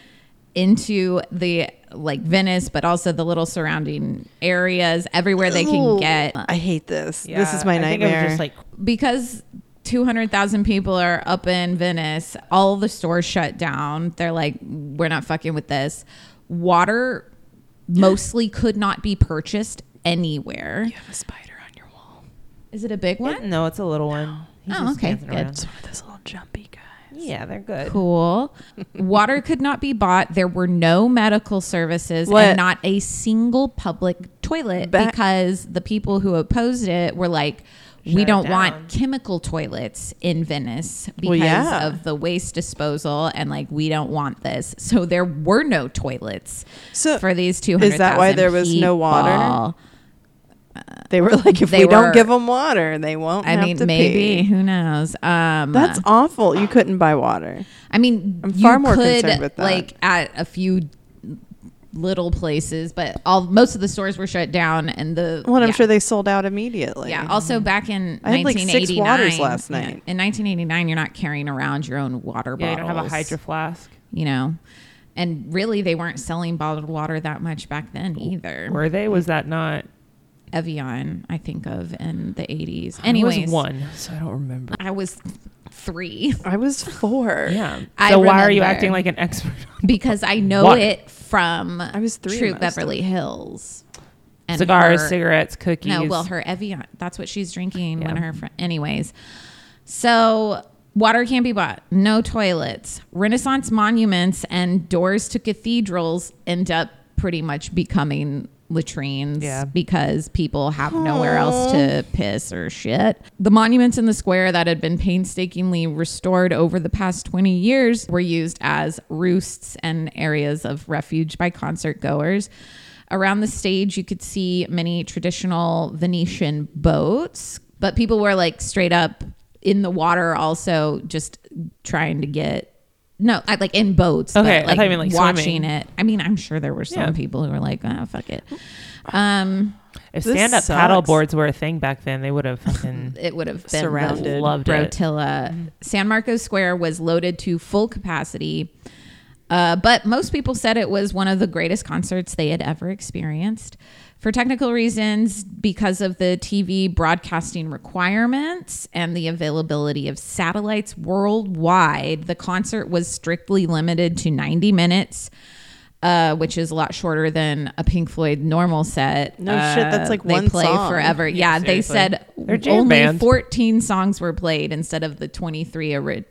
Speaker 3: into the like Venice, but also the little surrounding areas, everywhere they can
Speaker 2: Ooh,
Speaker 3: get
Speaker 2: I hate this.
Speaker 4: Yeah,
Speaker 2: This is my
Speaker 4: I think it was
Speaker 2: nightmare.
Speaker 4: just like
Speaker 3: because 200,000 people are up in Venice, all the stores shut down. They're like, we're not fucking with this. Water mostly could not be purchased anywhere.
Speaker 2: have a spider on your wall.
Speaker 3: Is it a big one?
Speaker 4: no, it's a little one. He's
Speaker 3: Oh,
Speaker 4: just
Speaker 3: okay,
Speaker 4: dancing
Speaker 3: good.
Speaker 4: around.
Speaker 2: It's one of those little jumpy guys.
Speaker 4: Yeah, they're good.
Speaker 3: Cool. Water could not be bought. There were no medical services
Speaker 2: What?
Speaker 3: and not a single public toilet
Speaker 2: Ba-
Speaker 3: because the people who opposed it were like,
Speaker 4: Shut
Speaker 3: we
Speaker 4: it
Speaker 3: don't
Speaker 4: down."
Speaker 3: want chemical toilets in Venice because
Speaker 2: Well, yeah.
Speaker 3: of the waste disposal and like we don't want this. So there were no toilets
Speaker 2: So
Speaker 3: for these two hundred.
Speaker 2: is that why there was no water? They were like, if
Speaker 3: They
Speaker 2: we don't
Speaker 3: were-
Speaker 2: give them water, they won't.
Speaker 3: I
Speaker 2: have
Speaker 3: mean,
Speaker 2: to pee.
Speaker 3: maybe who knows? Um,
Speaker 2: that's awful. You couldn't buy water.
Speaker 3: I mean,
Speaker 2: I'm
Speaker 3: you
Speaker 2: far more
Speaker 3: could,
Speaker 2: concerned with that.
Speaker 3: Like at a few little places, but all most of the stores were shut down, and the
Speaker 2: Well, I'm
Speaker 3: yeah.
Speaker 2: sure they sold out immediately.
Speaker 3: Yeah. Also, back in
Speaker 2: I had, like, six
Speaker 3: 1989,
Speaker 2: waters last
Speaker 3: yeah,
Speaker 2: night.
Speaker 3: in 1989, you're not carrying around your own water
Speaker 4: Yeah, you
Speaker 3: bottles.
Speaker 4: don't have a hydro flask.
Speaker 3: You know, and really, they weren't selling bottled water that much back then either.
Speaker 4: Were they? Was that not?
Speaker 3: Evian, I think of in the 80s.
Speaker 4: I
Speaker 3: Anyways,
Speaker 4: was one, so I don't remember.
Speaker 3: I was three
Speaker 2: I was four.
Speaker 4: Yeah. So
Speaker 3: I
Speaker 4: why are you
Speaker 3: remember.
Speaker 4: acting like an expert?
Speaker 3: because I know
Speaker 4: Water.
Speaker 3: it from I
Speaker 2: was three
Speaker 3: True
Speaker 2: most of
Speaker 3: Beverly Hills. And
Speaker 4: Cigars,
Speaker 3: her-
Speaker 4: cigarettes, cookies.
Speaker 3: No, well, her Evian. That's what she's drinking when
Speaker 4: Yeah.
Speaker 3: her friend. Anyways, so water can't be bought. No toilets. Renaissance monuments and doors to cathedrals end up pretty much becoming latrines
Speaker 4: Yeah.
Speaker 3: because people have nowhere else to piss or shit. The monuments in the square that had been painstakingly restored over the past 20 years were used as roosts and areas of refuge by concert goers. Around the stage, you could see many traditional Venetian boats, but people were like straight up in the water, also just trying to get. No, I, like in boats.
Speaker 4: Okay, I
Speaker 3: but, like,
Speaker 4: thought you meant, like,
Speaker 3: watching
Speaker 4: swimming.
Speaker 3: it. I mean, I'm sure there were some
Speaker 4: Yeah.
Speaker 3: people who were like, "Ah, fuck it." Um,
Speaker 4: if
Speaker 2: this
Speaker 4: stand up
Speaker 2: sucks.
Speaker 4: paddle boards were a thing back then, they would have fucking
Speaker 3: it would have been the
Speaker 2: Surrounded.
Speaker 4: loved it.
Speaker 3: Rotilla. San Marcos Square was loaded to full capacity. Uh, but most people said it was one of the greatest concerts they had ever experienced. For technical reasons, because of the TV broadcasting requirements and the availability of satellites worldwide, the concert was strictly limited to 90 minutes, uh, which is a lot shorter than a Pink Floyd normal set.
Speaker 2: No shit, that's
Speaker 3: Uh,
Speaker 2: like
Speaker 3: they
Speaker 2: one
Speaker 3: play
Speaker 2: song.
Speaker 3: forever. Yeah, they
Speaker 4: seriously.
Speaker 3: said
Speaker 4: They're jam
Speaker 3: only
Speaker 4: band.
Speaker 3: 14 songs were played instead of the 23 ori-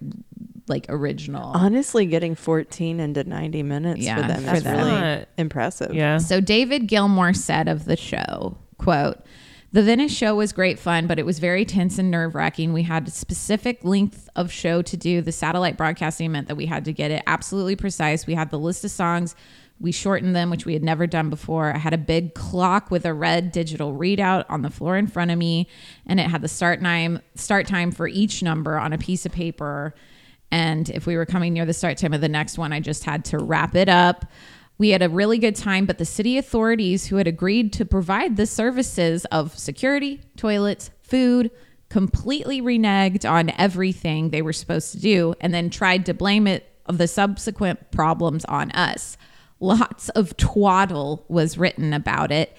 Speaker 3: like original.
Speaker 2: Honestly, getting 14 into 90 minutes
Speaker 3: Yeah,
Speaker 2: for them
Speaker 3: for
Speaker 2: is
Speaker 3: them.
Speaker 2: really
Speaker 4: Not-
Speaker 2: impressive.
Speaker 4: Yeah.
Speaker 3: So David Gilmore said of the show, quote, the Venice show was great fun, but it was very tense and nerve wracking. We had a specific length of show to do. The satellite broadcasting meant that we had to get it absolutely precise. We had the list of songs. We shortened them, which we had never done before. I had a big clock with a red digital readout on the floor in front of me, and it had the start time start time for each number on a piece of paper. And if we were coming near the start time of the next one, I just had to wrap it up. We had a really good time, but the city authorities who had agreed to provide the services of security, toilets, food, completely reneged on everything they were supposed to do and then tried to blame it of the subsequent problems on us. Lots of twaddle was written about it.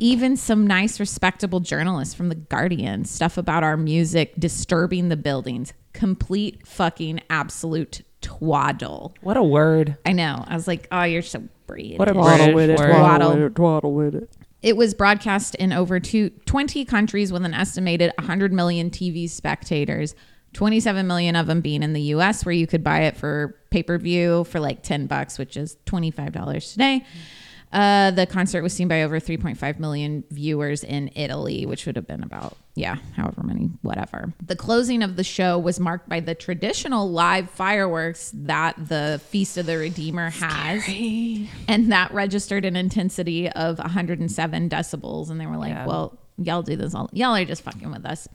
Speaker 3: Even some nice, respectable journalists from The Guardian, stuff about our music disturbing the buildings. Complete fucking absolute twaddle.
Speaker 4: What a word.
Speaker 3: I know. I was like, oh, you're so brilliant.
Speaker 4: What a
Speaker 2: Twaddle
Speaker 4: British
Speaker 2: with it,
Speaker 4: word.
Speaker 2: twaddle
Speaker 3: Waddle.
Speaker 2: with it, twaddle with it.
Speaker 3: It was broadcast in over two, 20 countries with an estimated 100 million TV spectators, 27 million of them being in the US, where you could buy it for pay per view for like 10 bucks, which is $25 today. Uh, the concert was seen by over 3.5 million viewers in Italy, which would have been about, yeah, however many, whatever. The closing of the show was marked by the traditional live fireworks that the Feast of the Redeemer has and that registered an intensity of 107 decibels and they were like
Speaker 4: Yeah.
Speaker 3: well y'all do this all y'all are just fucking with us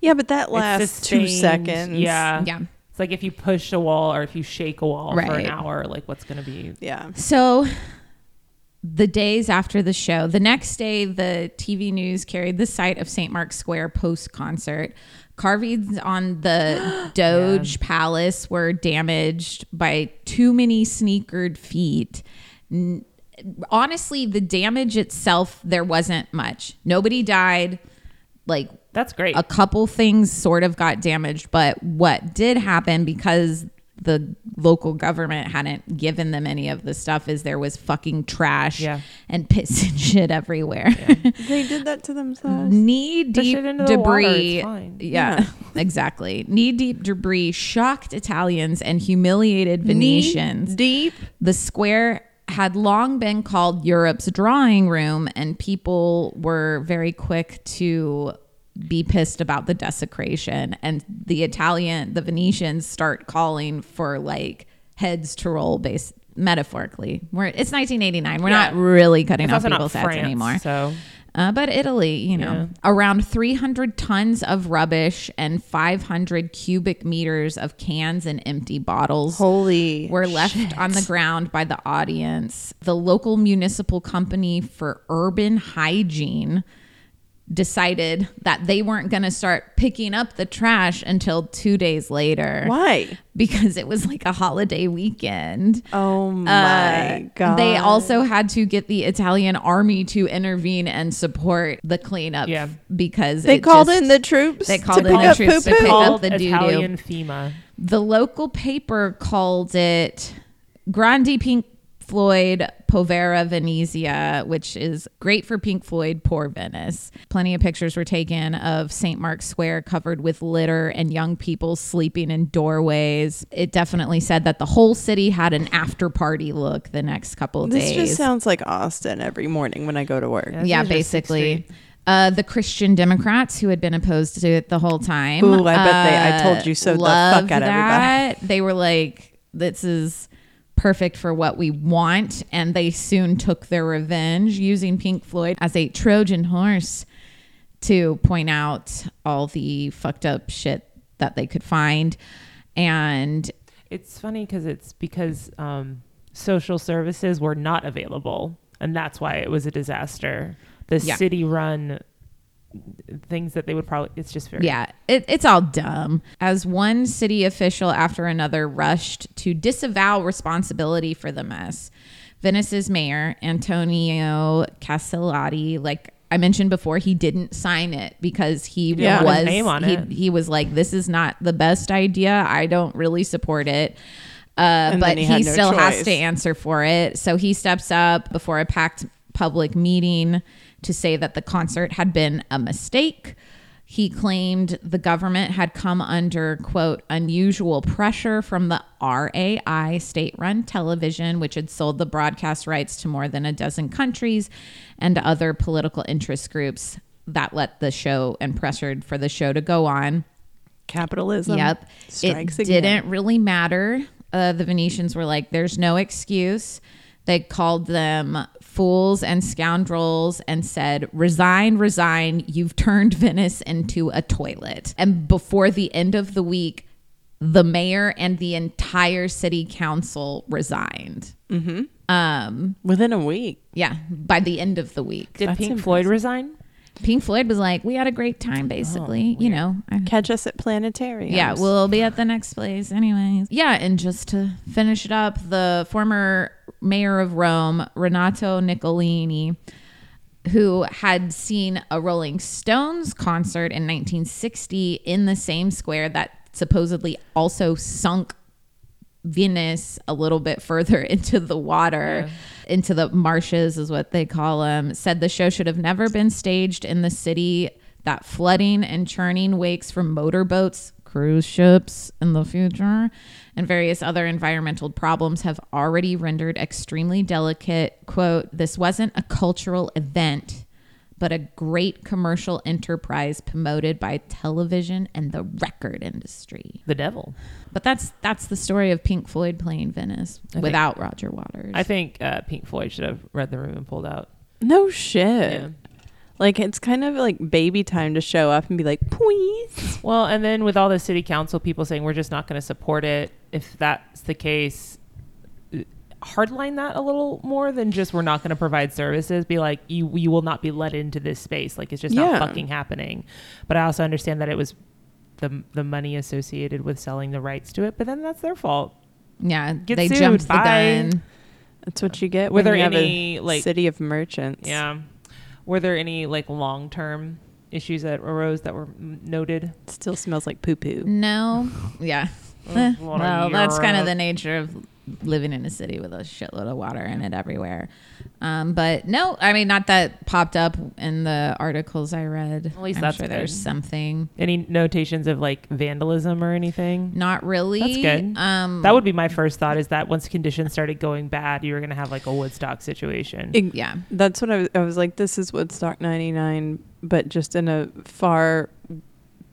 Speaker 2: Yeah, but that
Speaker 4: It's
Speaker 2: lasts two
Speaker 4: sustained.
Speaker 2: seconds.
Speaker 4: Yeah.
Speaker 3: yeah
Speaker 4: It's like if you push a wall or if you shake a wall for
Speaker 3: Right.
Speaker 4: an hour, like what's going to be.
Speaker 2: Yeah.
Speaker 3: so the days after the show the next day the tv news carried the site of st mark's square post concert carvings on the doge palace were damaged by too many sneakered feet N- honestly the damage itself there wasn't much nobody died like
Speaker 4: That's great.
Speaker 3: a couple things sort of got damaged, but what did happen because the local government hadn't given them any of the stuff is there was fucking trash
Speaker 4: Yeah.
Speaker 3: and piss and shit everywhere.
Speaker 2: They did that to themselves.
Speaker 3: Knee deep
Speaker 4: it into the water, it's
Speaker 3: debris.
Speaker 4: fine.
Speaker 3: yeah, exactly. Knee deep debris shocked Italians and humiliated Venetians.
Speaker 2: Deep.
Speaker 3: The square had long been called Europe's drawing room, and people were very quick to be pissed about the desecration. And the Italian, the Venetians start calling for like heads to roll, based metaphorically. We're, it's 1989. We're not
Speaker 4: Yeah.
Speaker 3: really cutting
Speaker 4: It's
Speaker 3: off
Speaker 4: also not
Speaker 3: people's heads
Speaker 4: France,
Speaker 3: anymore.
Speaker 4: So
Speaker 3: Uh, but Italy, you know,
Speaker 4: Yeah.
Speaker 3: around 300 tons of rubbish and 500 cubic meters of cans and empty bottles
Speaker 2: Holy.
Speaker 3: were left
Speaker 2: shit.
Speaker 3: on the ground by the audience. The local municipal company for urban hygiene decided that they weren't going to start picking up the trash until two days later.
Speaker 2: Why?
Speaker 3: Because it was like a holiday weekend.
Speaker 2: Oh
Speaker 3: Uh,
Speaker 2: my god.
Speaker 3: They also had to get the Italian army to intervene and support the cleanup
Speaker 4: Yeah.
Speaker 3: because
Speaker 2: They
Speaker 3: it
Speaker 2: called
Speaker 3: just-
Speaker 2: in the troops.
Speaker 3: they called
Speaker 2: to
Speaker 3: in
Speaker 2: pick
Speaker 3: the
Speaker 2: up
Speaker 3: troops to
Speaker 2: poo-poo?
Speaker 3: pick up
Speaker 4: Called
Speaker 3: the doo-doo.
Speaker 4: Italian FEMA.
Speaker 3: The local paper called it Grandi Pink Floyd Povera Venezia, which is great for Pink Floyd, poor Venice. Plenty of pictures were taken of St. Mark's Square covered with litter and young people sleeping in doorways. It definitely said that the whole city had an after party look the next couple of
Speaker 2: This
Speaker 3: days.
Speaker 2: just sounds like Austin every morning when I go to work.
Speaker 4: Yeah.
Speaker 3: yeah,
Speaker 4: These are Sixth
Speaker 3: basically.
Speaker 4: Street.
Speaker 3: Uh, the Christian Democrats who had been opposed to it the whole time.
Speaker 2: Ooh, I bet they- I
Speaker 3: uh,
Speaker 2: told you so the fuck
Speaker 3: loved
Speaker 2: out of everybody.
Speaker 3: that. They were like, this is perfect for what we want. And they soon took their revenge using Pink Floyd as a Trojan horse to point out all the fucked up shit that they could find. And
Speaker 4: It's funny because it's because um, social services were not available, and that's why it was a disaster. The
Speaker 3: Yeah.
Speaker 4: city-run things that they would probably—it's just very
Speaker 3: Yeah, it, it's all dumb. As one city official after another rushed to disavow responsibility for the mess, Venice's mayor, Antonio Castellotti, like I mentioned before, he didn't sign it because he
Speaker 4: didn't
Speaker 3: was
Speaker 4: put his name on
Speaker 3: he,
Speaker 4: it.
Speaker 3: he was like, "This is not the best idea. I don't really support it." Uh,
Speaker 2: then
Speaker 3: but
Speaker 2: he
Speaker 3: he,
Speaker 2: had no
Speaker 3: still has
Speaker 2: choice.
Speaker 3: to answer for it. So he steps up before a packed public meeting to say that the concert had been a mistake. He claimed the government had come under, quote, unusual pressure from the RAI state run television, which had sold the broadcast rights to more than a dozen countries and other political interest groups that let the show and pressured for the show to go on.
Speaker 2: Capitalism.
Speaker 3: Yep.
Speaker 2: Strikes
Speaker 3: it
Speaker 2: again.
Speaker 3: didn't really matter. Uh, the Venetians were like, there's no excuse. They called them fools and scoundrels and said, resign, resign. You've turned Venice into a toilet. And before the end of the week, the mayor and the entire city council resigned.
Speaker 2: Within a week.
Speaker 3: Yeah, by the end of the week.
Speaker 4: Did
Speaker 2: That's
Speaker 4: Pink Floyd resign?
Speaker 3: Pink Floyd was like, we had a great
Speaker 2: Oh,
Speaker 3: time, basically. you know, I-
Speaker 2: Catch us at planetarium.
Speaker 3: Yeah, we'll be at the next place, anyways. Yeah, and just to finish it up, the former mayor of Rome, Renato Nicolini, who had seen a Rolling Stones concert in 1960 in the same square that supposedly also sunk Venus a little bit further into the water, into the marshes, is what they call them, said the show should have never been staged in the city. That flooding and churning wakes from motorboats, cruise ships in the future, and various other environmental problems have already rendered extremely delicate. Quote, this wasn't a cultural event, but a great commercial enterprise promoted by television and the record industry.
Speaker 4: The devil.
Speaker 3: But that's that's the story of Pink Floyd playing Venice
Speaker 4: think-
Speaker 3: without Roger Waters.
Speaker 4: I think uh, Pink Floyd should have read the room and pulled out.
Speaker 2: No
Speaker 3: Uh,
Speaker 2: shit.
Speaker 4: Yeah.
Speaker 2: Like it's kind of like baby time to show up and be like, please.
Speaker 4: Well, and then with all the city council people saying we're just not going to support it, if that's the case, hardline that a little more than just we're not going to provide services. Be like, you you will not be let into this space. Like it's just
Speaker 2: Yeah.
Speaker 4: not fucking happening. But I also understand that it was the the money associated with selling the rights to it. But then that's their fault.
Speaker 3: yeah,
Speaker 4: Get
Speaker 3: they
Speaker 4: sued.
Speaker 3: jumped
Speaker 4: Bye.
Speaker 3: the gun.
Speaker 2: That's what you get.
Speaker 4: Were
Speaker 2: when
Speaker 4: there
Speaker 2: you have a
Speaker 4: any, like-
Speaker 2: city of merchants?
Speaker 4: Yeah. Were there any like long term issues that arose that were m- noted?
Speaker 2: Still smells like poo poo.
Speaker 3: No, yeah. Eh,
Speaker 4: What a
Speaker 3: well, that's kind of
Speaker 4: Europe.
Speaker 3: the nature of living in a city with a shitload of water in it everywhere. Um, but no, I mean, not that popped up in the articles I read. At
Speaker 4: least
Speaker 3: I'm
Speaker 4: that's
Speaker 3: sure
Speaker 4: good.
Speaker 3: there's something.
Speaker 4: Any notations of like vandalism or anything?
Speaker 3: Not really.
Speaker 4: That's good.
Speaker 3: Um,
Speaker 4: That would be my first thought is that once conditions started going bad, you were going to have like a Woodstock situation.
Speaker 3: yeah.
Speaker 2: That's what I was, I was like. This is Woodstock '99, but just in a far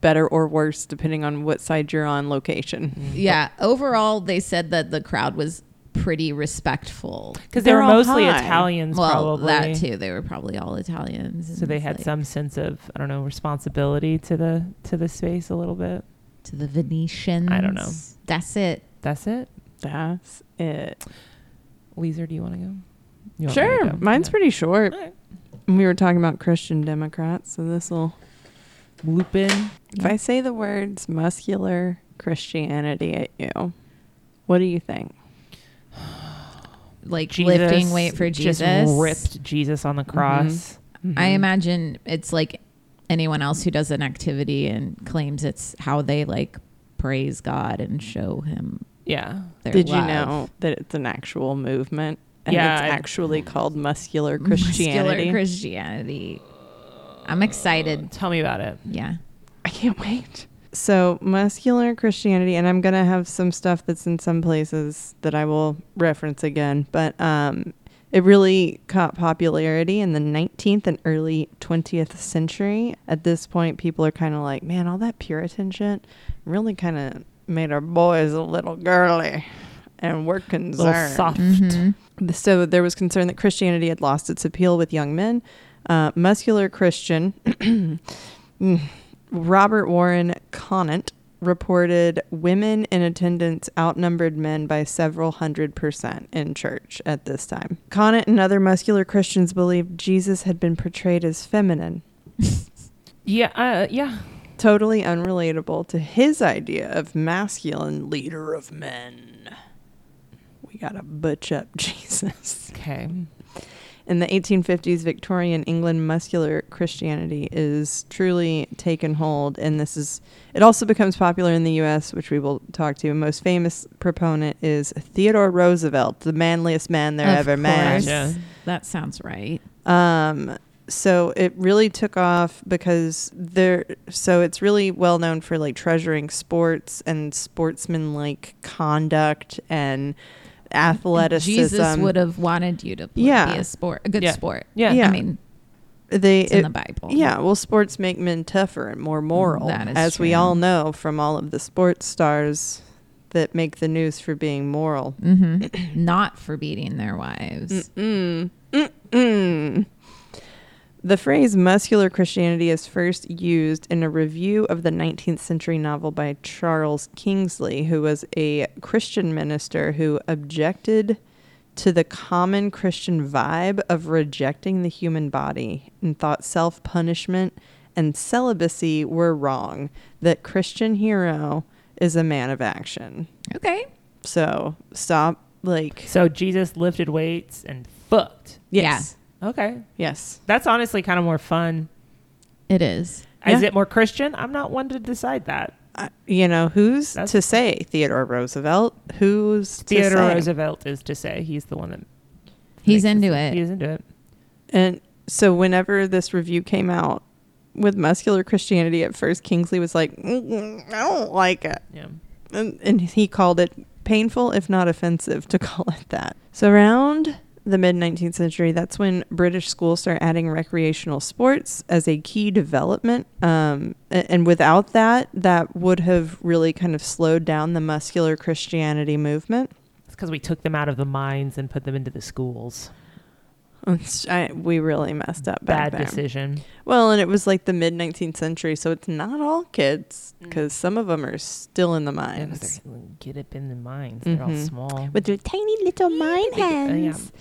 Speaker 2: better or
Speaker 3: Mm.
Speaker 2: worse, depending on what side you're on, location.
Speaker 4: Oh.
Speaker 3: Yeah. Overall, they said that the crowd was pretty respectful.
Speaker 4: because they
Speaker 2: They're
Speaker 4: were
Speaker 2: all
Speaker 4: mostly
Speaker 2: high.
Speaker 4: Italians,
Speaker 3: well,
Speaker 4: probably.
Speaker 3: that too. They were probably all Italians.
Speaker 4: So
Speaker 3: and
Speaker 4: they
Speaker 3: it's
Speaker 4: had
Speaker 3: like,
Speaker 4: some sense of I don't know responsibility to the to the space a little bit.
Speaker 3: to the Venetians.
Speaker 4: I don't know.
Speaker 3: That's it.
Speaker 4: That's it.
Speaker 2: That's it.
Speaker 4: Leeser, do you want to go? You want me to
Speaker 2: Sure.
Speaker 4: go?
Speaker 2: Mine's
Speaker 4: Yeah.
Speaker 2: pretty short.
Speaker 4: All right.
Speaker 2: We were talking about Christian Democrats, so this will.
Speaker 4: Lupin.
Speaker 2: If I say the words muscular Christianity at you, what do you think?
Speaker 3: Like
Speaker 4: Jesus,
Speaker 3: lifting weight for Jesus.
Speaker 4: Just ripped Jesus on the cross. Mm-hmm.
Speaker 3: I imagine it's like anyone else who does an activity and claims it's how they like praise God and show him
Speaker 4: Yeah.
Speaker 3: their
Speaker 2: Did you
Speaker 3: love.
Speaker 2: know that it's an actual movement? And
Speaker 4: Yeah,
Speaker 2: it's
Speaker 4: I-
Speaker 2: actually called muscular
Speaker 3: Muscular
Speaker 2: Christianity.
Speaker 3: Christianity. I'm excited.
Speaker 4: Tell me about it.
Speaker 3: Yeah.
Speaker 2: I can't wait. So, muscular Christianity, and I'm going to have some stuff that's in some places that I will reference again, but um, it really caught popularity in the 19th and early 20th century. At this point, people are kind of like, man, all that Puritan shit really kind of made our boys a little girly, and we're
Speaker 4: A little
Speaker 2: concerned.
Speaker 4: soft.
Speaker 3: Mhm.
Speaker 2: So there was concern that Christianity had lost its appeal with young men. Uh, muscular Christian mm, Robert Warren Conant reported women in attendance outnumbered men by several hundred percent in church at this time. Conant and other muscular Christians believed Jesus had been portrayed as feminine,
Speaker 4: Yeah. Uh, yeah.
Speaker 2: totally unrelatable to his idea of masculine leader of men. We gotta butch up Jesus.
Speaker 4: Okay.
Speaker 2: In the 1850s Victorian England, muscular Christianity is truly taken hold, and this is it also becomes popular in the U.S., which we will talk to. Most famous proponent is Theodore Roosevelt, the manliest man there
Speaker 3: Of
Speaker 2: ever
Speaker 3: course.
Speaker 2: met.
Speaker 4: Gotcha.
Speaker 3: That sounds right.
Speaker 2: Um, so it really took off because there. So it's really well known for like treasuring sports and sportsmanlike conduct and athleticism.
Speaker 3: Jesus would have wanted you to play,
Speaker 2: Yeah.
Speaker 3: be a sport, a good
Speaker 4: Yeah.
Speaker 3: sport.
Speaker 4: Yeah.
Speaker 2: Yeah.
Speaker 3: I mean,
Speaker 2: They
Speaker 3: it's
Speaker 2: it-
Speaker 3: in the Bible.
Speaker 2: Yeah, well, sports make men tougher and more moral,
Speaker 3: That is
Speaker 2: as we
Speaker 3: true.
Speaker 2: all know from all of the sports stars that make the news for being moral.
Speaker 3: hmm
Speaker 4: Mm-hmm.
Speaker 3: Not for beating their wives.
Speaker 2: Mm. Mm-mm. The phrase muscular Christianity is first used in a review of the 19th century novel by Charles Kingsley, who was a Christian minister who objected to the common Christian vibe of rejecting the human body and thought self punishment and celibacy were wrong, that Christian hero is a man of action.
Speaker 3: Okay.
Speaker 2: So stop, like,
Speaker 4: So Jesus lifted weights and fucked.
Speaker 2: yes,
Speaker 4: Okay.
Speaker 2: yes.
Speaker 4: That's honestly kind of more fun.
Speaker 3: It is.
Speaker 4: Is
Speaker 2: Yeah.
Speaker 4: it more Christian? I'm not one to decide that.
Speaker 2: I- you know who's
Speaker 4: That's-
Speaker 2: to say Theodore Roosevelt? Who's
Speaker 4: Theodore
Speaker 2: to say?
Speaker 4: Roosevelt is to say he's the one that
Speaker 3: He's
Speaker 4: makes
Speaker 3: into
Speaker 4: this-
Speaker 3: it.
Speaker 4: He's into it.
Speaker 2: And so, whenever this review came out with muscular Christianity, at first Kingsley was like, "Mm, "I don't like it,"
Speaker 4: Yeah.
Speaker 2: and, and he called it painful, if not offensive, to call it that. So around the mid 19th century, that's when British schools start adding recreational sports as a key development. Um, a- and without that, that would have really kind of slowed down the muscular Christianity movement.
Speaker 4: It's because we took them out of the mines and put them into the schools.
Speaker 2: It's- I, we really messed up back
Speaker 4: Bad
Speaker 2: then.
Speaker 4: decision.
Speaker 2: Well, and it was like the mid 19th century, so it's not all kids because some of them are still in the
Speaker 4: Mm. Yeah,
Speaker 2: mines
Speaker 4: 'cause they're gonna get up in the mines. They're all
Speaker 2: Mhm.
Speaker 4: small.
Speaker 2: with their tiny little mine
Speaker 4: Uh, yeah.
Speaker 2: hands.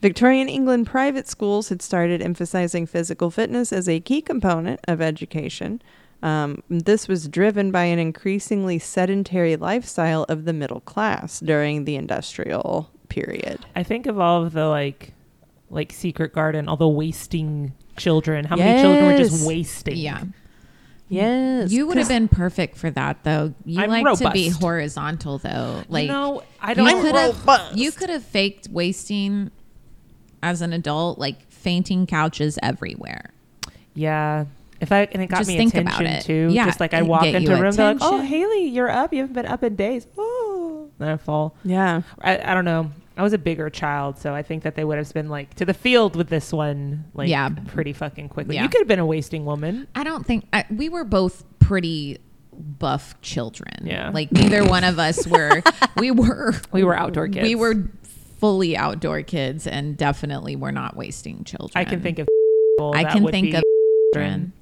Speaker 2: Victorian England private schools had started emphasizing physical fitness as a key component of education. Um, this was driven by an increasingly sedentary lifestyle of the middle class during the industrial period.
Speaker 4: I think of all of the like, like Secret Garden, all the wasting children. How many children were just
Speaker 2: Yes.
Speaker 4: wasting?
Speaker 3: Yeah.
Speaker 2: Yes.
Speaker 3: You would have been perfect for that though. You
Speaker 4: I'm
Speaker 3: like to be
Speaker 4: robust.
Speaker 3: horizontal though. Like
Speaker 4: you know, I
Speaker 3: you
Speaker 4: don't.
Speaker 3: could
Speaker 2: robust.
Speaker 3: have you could have faked wasting as an adult, like fainting couches everywhere.
Speaker 4: yeah. If I and it got
Speaker 3: Just
Speaker 4: me
Speaker 3: think about
Speaker 4: attention
Speaker 3: it.
Speaker 4: too.
Speaker 3: Yeah,
Speaker 4: just like I
Speaker 3: it'd
Speaker 4: walk
Speaker 3: get
Speaker 4: into
Speaker 3: you
Speaker 4: a room, they're like, "Oh,
Speaker 3: attention.
Speaker 4: Haley, you're up. You haven't been up in days." Oh, then I fall.
Speaker 2: Yeah.
Speaker 4: I, I don't know. I was a bigger child, so I think that they would have been like to the field with this one, like
Speaker 3: Yeah.
Speaker 4: pretty fucking quickly.
Speaker 3: Yeah.
Speaker 4: You could have been a wasting woman.
Speaker 3: I don't think I, we were both pretty buff children.
Speaker 4: Yeah.
Speaker 3: Like neither one of us were we were
Speaker 4: We were outdoor kids.
Speaker 3: We were fully outdoor kids and definitely were not wasting children.
Speaker 4: I can think of.
Speaker 3: I
Speaker 4: that
Speaker 3: can
Speaker 4: would
Speaker 3: think
Speaker 4: be
Speaker 3: of children.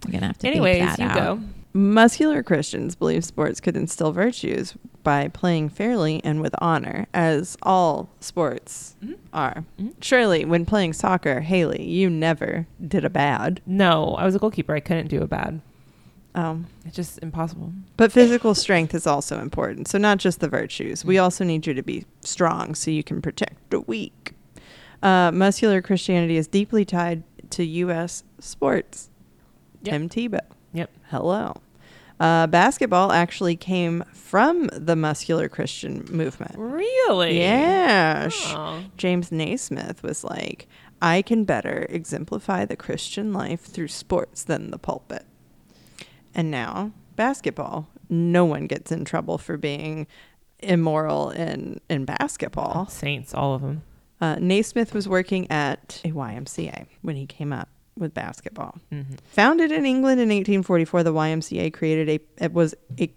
Speaker 3: I'm gonna have to beep
Speaker 4: Anyways,
Speaker 3: that
Speaker 4: you
Speaker 3: out.
Speaker 4: go.
Speaker 2: Muscular Christians believe sports could instill virtues by playing fairly and with honor, as all sports are. Surely, when playing soccer, Haley, you never did a bad.
Speaker 4: No, I was a goalkeeper. I couldn't do a bad.
Speaker 2: Um,
Speaker 4: It's just impossible.
Speaker 2: but physical strength is also important. So, not just the virtues.
Speaker 4: Mm-hmm.
Speaker 2: We also need you to be strong so you can protect the weak. Uh, muscular Christianity is deeply tied to U.S. sports.
Speaker 4: Yep.
Speaker 2: Tim Tebow.
Speaker 4: Yep.
Speaker 2: Hello. Uh, basketball actually came from the muscular Christian movement.
Speaker 4: Really?
Speaker 2: Yeah. sh-
Speaker 4: Oh.
Speaker 2: James Naismith was like, I can better exemplify the Christian life through sports than the pulpit. And now, basketball. No one gets in trouble for being immoral in, in basketball.
Speaker 4: Saints, all of them.
Speaker 2: Uh, Naismith was working at a YMCA when he came up with basketball. Founded in England in 1844, the YMCA created a it was a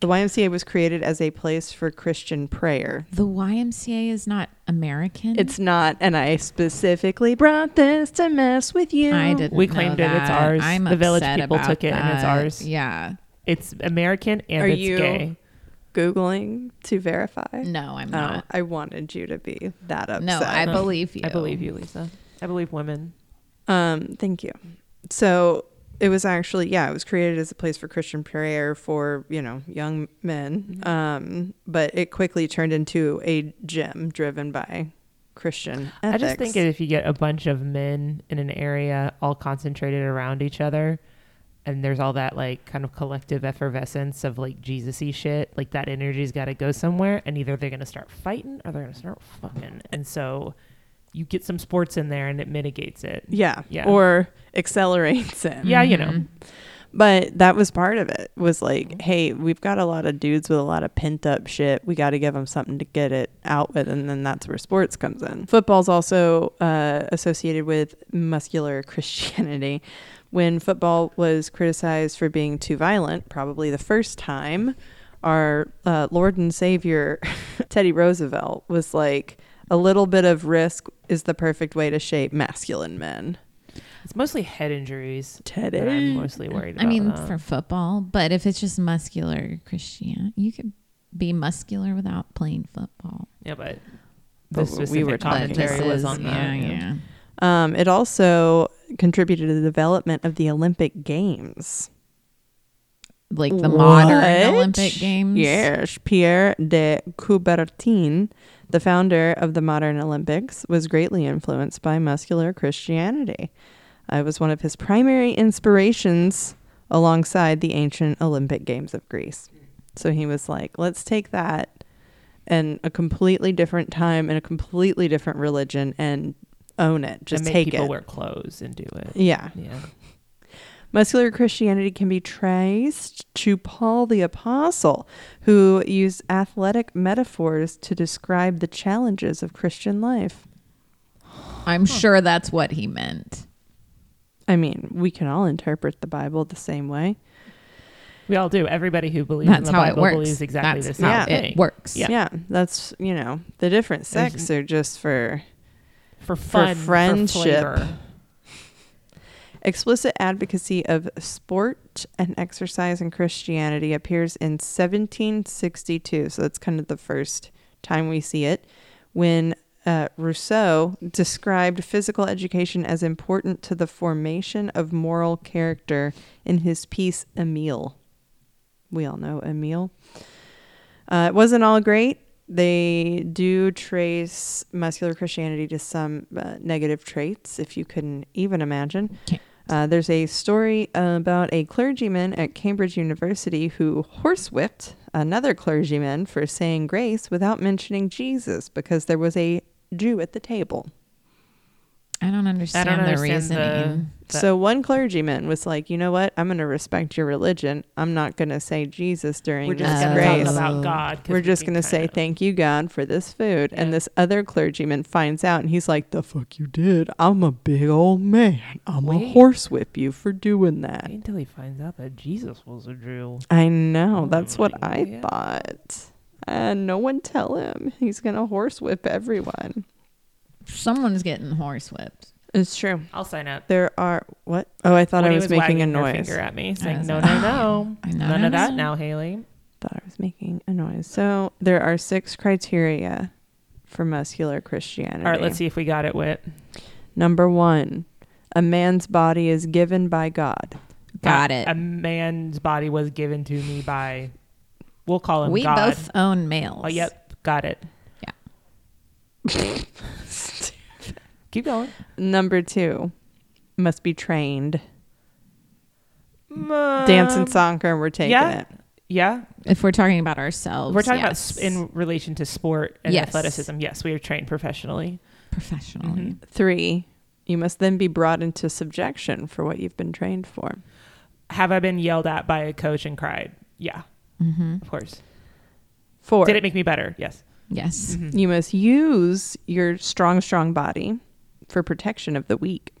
Speaker 2: the YMCA was created as a place for Christian prayer.
Speaker 3: The YMCA is not
Speaker 4: Mm-hmm.
Speaker 3: American.
Speaker 2: It's not, and I specifically brought this to mess with you.
Speaker 3: I didn't.
Speaker 4: We
Speaker 3: know
Speaker 4: claimed it. It's
Speaker 3: that.
Speaker 4: ours.
Speaker 3: I'm
Speaker 4: The village
Speaker 3: upset
Speaker 4: people
Speaker 3: about
Speaker 4: took it, and it's
Speaker 3: that.
Speaker 4: ours.
Speaker 3: Yeah.
Speaker 4: It's American and
Speaker 2: Are
Speaker 4: it's
Speaker 2: you-
Speaker 4: gay.
Speaker 2: Googling to verify.
Speaker 3: No, I'm
Speaker 2: Oh,
Speaker 3: not.
Speaker 2: I wanted you to be that upset.
Speaker 3: No, I
Speaker 4: No.
Speaker 3: believe you.
Speaker 4: I believe you, Lisa. I believe women.
Speaker 2: Um, thank you. So it was actually, yeah, it was created as a place for Christian prayer for, you know, young men.
Speaker 4: Mm-hmm.
Speaker 2: Um, but it quickly turned into a gym driven by Christian ethics.
Speaker 4: I just think if you get a bunch of men in an area all concentrated around each other, and there's all that like kind of collective effervescence of like Jesus-y shit, like that energy's got to go somewhere, and either they're gonna start fighting or they're gonna start fucking. And so you get some sports in there, and it mitigates it.
Speaker 2: yeah,
Speaker 4: Yeah.
Speaker 2: or accelerates it.
Speaker 4: Yeah, you
Speaker 3: Mm-hmm.
Speaker 4: know.
Speaker 2: But that was part of it. Was like, hey, we've got a lot of dudes with a lot of pent up shit. We got to give them something to get it out with, and then that's where sports comes in. Football's also uh, associated with muscular Christianity. When football was criticized for being too violent, probably the first time, our uh, Lord and Savior Teddy Roosevelt was like, a little bit of risk is the perfect way to shape masculine men.
Speaker 4: It's mostly head injuries
Speaker 2: Teddy.
Speaker 4: that I'm mostly worried
Speaker 3: Mm, I
Speaker 4: about.
Speaker 3: mean,
Speaker 4: uh,
Speaker 3: for football, but if it's just muscular Christian, you could be muscular without playing football.
Speaker 4: yeah, but
Speaker 2: But we
Speaker 4: this we
Speaker 2: were
Speaker 4: were
Speaker 2: talking-
Speaker 3: But this
Speaker 4: commentary was
Speaker 3: is-
Speaker 4: on that.
Speaker 3: yeah,
Speaker 4: yeah.
Speaker 3: yeah.
Speaker 2: Um, it also contributed to the development of the Olympic Games.
Speaker 3: Like the modern
Speaker 2: What?
Speaker 3: Olympic Games.
Speaker 2: Yes. Pierre de Coubertin, the founder of the modern Olympics, was greatly influenced by muscular Christianity. It was one of his primary inspirations alongside the ancient Olympic Games of Greece. So he was like, let's take that and a completely different time and a completely different religion and own it. Just
Speaker 4: and make
Speaker 2: take
Speaker 4: people
Speaker 2: it.
Speaker 4: wear clothes and do it.
Speaker 2: Yeah.
Speaker 4: Yeah.
Speaker 2: Muscular Christianity can be traced to Paul the Apostle, who used athletic metaphors to describe the challenges of Christian life.
Speaker 3: I'm sure that's what he meant.
Speaker 2: I mean, we can all interpret the Bible the same way.
Speaker 4: We all do. Everybody who believes in
Speaker 3: That's
Speaker 4: the
Speaker 3: how it
Speaker 4: Bible
Speaker 3: works.
Speaker 4: believes exactly the
Speaker 3: that's
Speaker 4: same
Speaker 3: how
Speaker 4: thing.
Speaker 3: it works.
Speaker 4: Yeah.
Speaker 2: that's, you know, the different
Speaker 4: There's-
Speaker 2: sects are just for
Speaker 4: For fun, for
Speaker 2: friendship.
Speaker 4: flavor.
Speaker 2: Explicit advocacy of sport and exercise in Christianity appears in 1762. So that's kind of the first time we see it when uh, Rousseau described physical education as important to the formation of moral character in his piece Emile. We all know Emile. Uh, it wasn't all great. They do trace muscular Christianity to some uh, negative traits, if you can even imagine.
Speaker 3: Can't.
Speaker 2: Uh, there's a story about a clergyman at Cambridge University who horsewhipped another clergyman for saying grace without mentioning Jesus because there was a Jew at the table.
Speaker 3: I don't understand, the reasoning.
Speaker 4: that-
Speaker 2: so one clergyman was like, you know what? I'm going to respect your religion. I'm not going to say Jesus during
Speaker 4: we're
Speaker 2: this
Speaker 4: just
Speaker 3: gonna
Speaker 4: going to
Speaker 2: grace.
Speaker 4: talk about
Speaker 3: Oh.
Speaker 4: God. 'cause
Speaker 2: We're
Speaker 4: we
Speaker 2: just
Speaker 4: can
Speaker 2: going to
Speaker 4: kind
Speaker 2: say
Speaker 4: of-
Speaker 2: thank you, God, for this food. And
Speaker 4: Yeah.
Speaker 2: this other clergyman finds out and he's like, the fuck you did. I'm a big old man. I'm going to
Speaker 4: Wait.
Speaker 2: horsewhip you for doing that.
Speaker 4: Wait Until he finds out that Jesus was a Jew.
Speaker 2: I know. That's what I
Speaker 4: Mm, yeah.
Speaker 2: thought. And no one tell him. He's going to horsewhip everyone.
Speaker 3: Someone's getting horsewhipped.
Speaker 2: It's true.
Speaker 4: I'll sign up.
Speaker 2: There are what? Oh, I thought
Speaker 4: When
Speaker 2: I
Speaker 4: he
Speaker 2: was, making a
Speaker 4: wagging her
Speaker 2: noise.
Speaker 4: Finger
Speaker 2: I
Speaker 4: at me, saying,
Speaker 3: was
Speaker 4: "No,
Speaker 3: like,
Speaker 4: no, no,
Speaker 3: I know.
Speaker 4: none of that
Speaker 3: no.
Speaker 4: now, Haley."
Speaker 2: thought I was making a noise. So there are six criteria for muscular Christianity.
Speaker 4: All right, let's see if we got it. Wit.
Speaker 2: Number one, a man's body is given by God.
Speaker 3: Got
Speaker 4: Uh,
Speaker 3: it.
Speaker 4: A man's body was given to me by. We'll call him
Speaker 3: we
Speaker 4: God.
Speaker 3: both own males.
Speaker 4: Oh, yep, got it.
Speaker 3: Yeah.
Speaker 4: Keep going.
Speaker 2: Number two, must be trained. Dance and soccer, we're taking
Speaker 4: Um, yeah.
Speaker 2: it.
Speaker 4: Yeah,
Speaker 3: If we're talking about ourselves,
Speaker 4: we're talking about
Speaker 3: yes.
Speaker 4: s- in relation to sport and
Speaker 3: Yes.
Speaker 4: athleticism. Yes, we are trained professionally.
Speaker 3: professionally.
Speaker 2: Three, you must then be brought into subjection for what you've been trained for.
Speaker 4: Have I been yelled at by a coach and cried? Yeah,
Speaker 3: Mm-hmm.
Speaker 4: of course.
Speaker 2: Four,
Speaker 4: Did it make me better? Yes.
Speaker 3: Yes.
Speaker 4: Mm-hmm.
Speaker 2: you must use your strong, strong body for protection of the weak.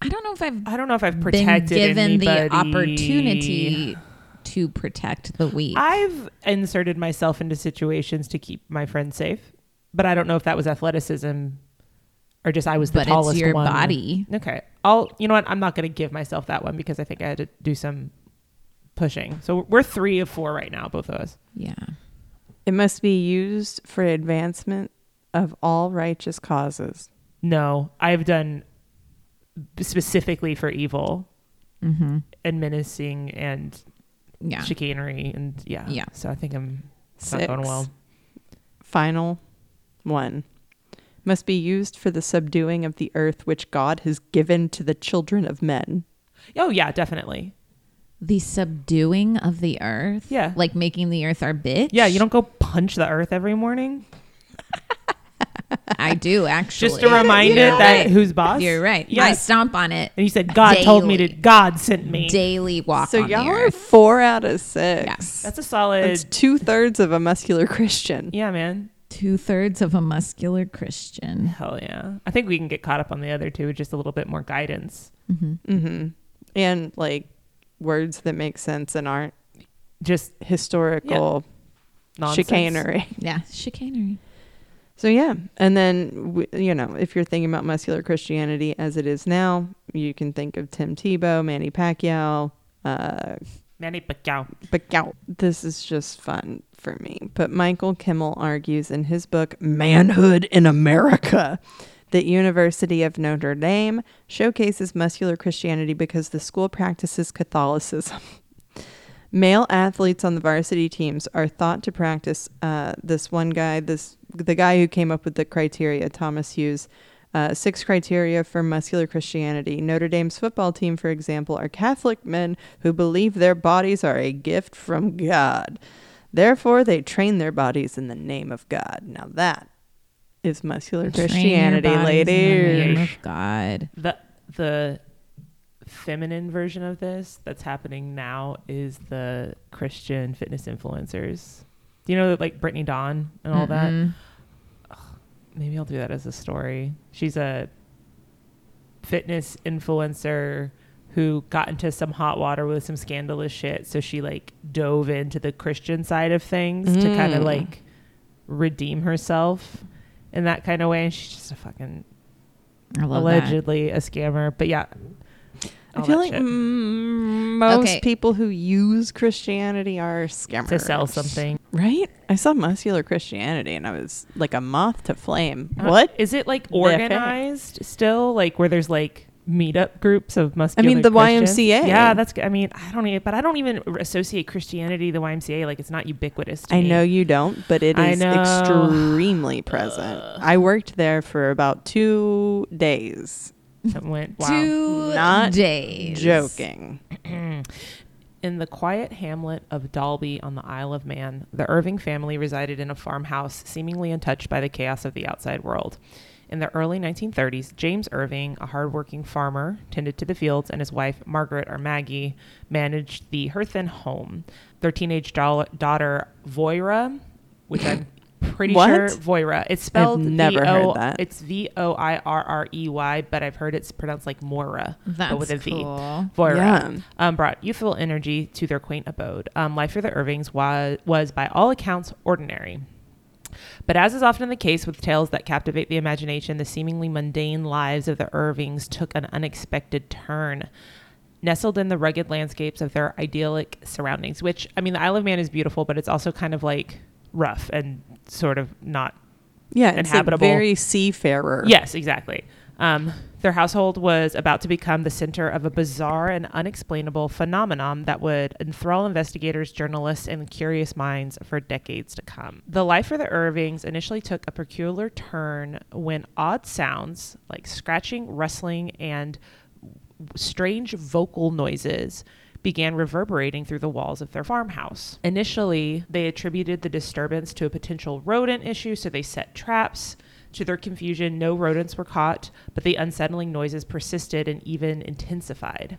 Speaker 3: I don't know if I've
Speaker 4: I don't know if I've
Speaker 3: been
Speaker 4: protected
Speaker 3: given
Speaker 4: anybody.
Speaker 3: the opportunity to protect the weak.
Speaker 4: I've inserted myself into situations to keep my friends safe, but I don't know if that was athleticism or just I was the
Speaker 3: But it's
Speaker 4: tallest
Speaker 3: your
Speaker 4: one.
Speaker 3: body.
Speaker 4: Okay. I'll. You know what? I'm not going to give myself that one because I think I had to do some pushing. So we're three of four right now, both of us.
Speaker 3: yeah.
Speaker 2: It must be used for advancement of all righteous causes.
Speaker 4: No, I've done specifically for evil
Speaker 3: Mm-hmm.
Speaker 4: and menacing and
Speaker 3: Yeah.
Speaker 4: chicanery and yeah.
Speaker 3: Yeah.
Speaker 4: So I think I'm it's
Speaker 2: Six.
Speaker 4: not going well.
Speaker 2: Final one. Must be used for the subduing of the earth which God has given to the children of men.
Speaker 4: Oh yeah, definitely.
Speaker 3: the subduing of the earth.
Speaker 4: Yeah.
Speaker 3: Like making the earth our bitch.
Speaker 4: Yeah, you don't go punch the earth every morning.
Speaker 3: I do actually.
Speaker 4: Just to remind
Speaker 3: You're
Speaker 4: it that
Speaker 3: right.
Speaker 4: who's boss.
Speaker 3: You're right.
Speaker 4: Yeah.
Speaker 3: I stomp on it.
Speaker 4: and you said God told me to.
Speaker 3: Daily.
Speaker 4: God sent me.
Speaker 3: Daily walk
Speaker 2: so
Speaker 3: on
Speaker 2: y'all
Speaker 3: the
Speaker 2: are
Speaker 3: earth.
Speaker 2: four out of six.
Speaker 3: Yes.
Speaker 4: That's a solid.
Speaker 2: That's two thirds of a muscular Christian.
Speaker 4: yeah, man.
Speaker 3: Two thirds of a muscular Christian.
Speaker 4: Hell yeah. I think we can get caught up on the other two with just a little bit more guidance.
Speaker 3: Mm-hmm.
Speaker 2: hmm And like words that make sense and aren't
Speaker 4: Just
Speaker 2: historical
Speaker 4: nonsense.
Speaker 2: chicanery.
Speaker 3: Yeah. Chicanery.
Speaker 2: So yeah, and then w- you know, if you're thinking about muscular Christianity as it is now, you can think of Tim Tebow, Manny Pacquiao. Uh,
Speaker 4: Manny Pacquiao.
Speaker 2: Pacquiao. This is just fun for me. But Michael Kimmel argues in his book Manhood in America that University of Notre Dame showcases muscular Christianity because the school practices Catholicism. Male athletes on the varsity teams are thought to practice. Uh, this one guy, this the guy who came up with the criteria, Thomas Hughes, uh, six criteria for muscular Christianity. Notre Dame's football team, for example, are Catholic men who believe their bodies are a gift from God. Therefore, they train their bodies in the name of God. Now that is muscular Christianity,
Speaker 3: Train your bodies in the name
Speaker 2: ladies.
Speaker 3: of God.
Speaker 4: The the feminine version of this that's happening now is the Christian fitness influencers. Do you know like Brittany Dawn and all that?
Speaker 3: Mm-mm.
Speaker 4: maybe I'll do that as a story. She's a fitness influencer who got into some hot water with some scandalous shit. So she like dove into the Christian side of things to kind of
Speaker 2: Mm.
Speaker 4: like redeem herself in that kind of way. And she's just a fucking
Speaker 3: I love that.
Speaker 4: allegedly a scammer. But yeah.
Speaker 2: I
Speaker 4: all
Speaker 2: feel
Speaker 4: that
Speaker 2: like
Speaker 4: shit.
Speaker 2: mm, most
Speaker 3: Okay.
Speaker 2: people who use Christianity are scammers
Speaker 4: to sell something.
Speaker 2: right? I saw muscular Christianity, and I was like a moth to flame.
Speaker 4: Uh,
Speaker 2: what?
Speaker 4: Is it like
Speaker 2: heck?
Speaker 4: organized still? Like where there's like meetup groups of muscular
Speaker 2: the
Speaker 4: Christians?
Speaker 2: YMCA.
Speaker 4: Yeah, that's I mean, I don't even but I don't even associate Christianity the YMCA like it's not ubiquitous to
Speaker 2: I
Speaker 4: me.
Speaker 2: know you don't, but it
Speaker 4: I
Speaker 2: is
Speaker 4: know.
Speaker 2: extremely present. I worked there for about two days.
Speaker 4: I went wow.
Speaker 3: Two
Speaker 2: Not
Speaker 3: days.
Speaker 2: Joking.
Speaker 4: In the quiet hamlet of Dalby on the Isle of Man, the Irving family resided in a farmhouse seemingly untouched by the chaos of the outside world. In the early 1930s, James Irving, a hardworking farmer, tended to the fields, and his wife, Margaret or Maggie, managed the Herthen home. Their teenage doll- daughter, Voira, which I'm pretty
Speaker 2: What?
Speaker 4: sure Voira. It's spelled
Speaker 2: never heard
Speaker 4: V-O-
Speaker 2: that.
Speaker 4: It's V O I R R E Y, but I've heard it's pronounced like Moira,
Speaker 3: That's
Speaker 4: but with a V. Oh
Speaker 3: cool.
Speaker 4: Voira
Speaker 2: Yeah.
Speaker 4: um, brought youthful energy to their quaint abode. Um, life for the Irvings was, was, by all accounts, ordinary. But as is often the case with tales that captivate the imagination, the seemingly mundane lives of the Irvings took an unexpected turn. Nestled in the rugged landscapes of their idyllic surroundings, which, I mean, the Isle of Man is beautiful, but it's also kind of like rough and sort of not
Speaker 2: Yeah, it's like
Speaker 4: Inhabitable.
Speaker 2: very seafarer.
Speaker 4: Yes, exactly. Um, their household was about to become the center of a bizarre and unexplainable phenomenon that would enthrall investigators, journalists, and curious minds for decades to come. The life for the Irvings initially took a peculiar turn when odd sounds like scratching, rustling, and strange vocal noises began reverberating through the walls of their farmhouse. Initially, they attributed the disturbance to a potential rodent issue, so they set traps. To their confusion, no rodents were caught, but the unsettling noises persisted and even intensified.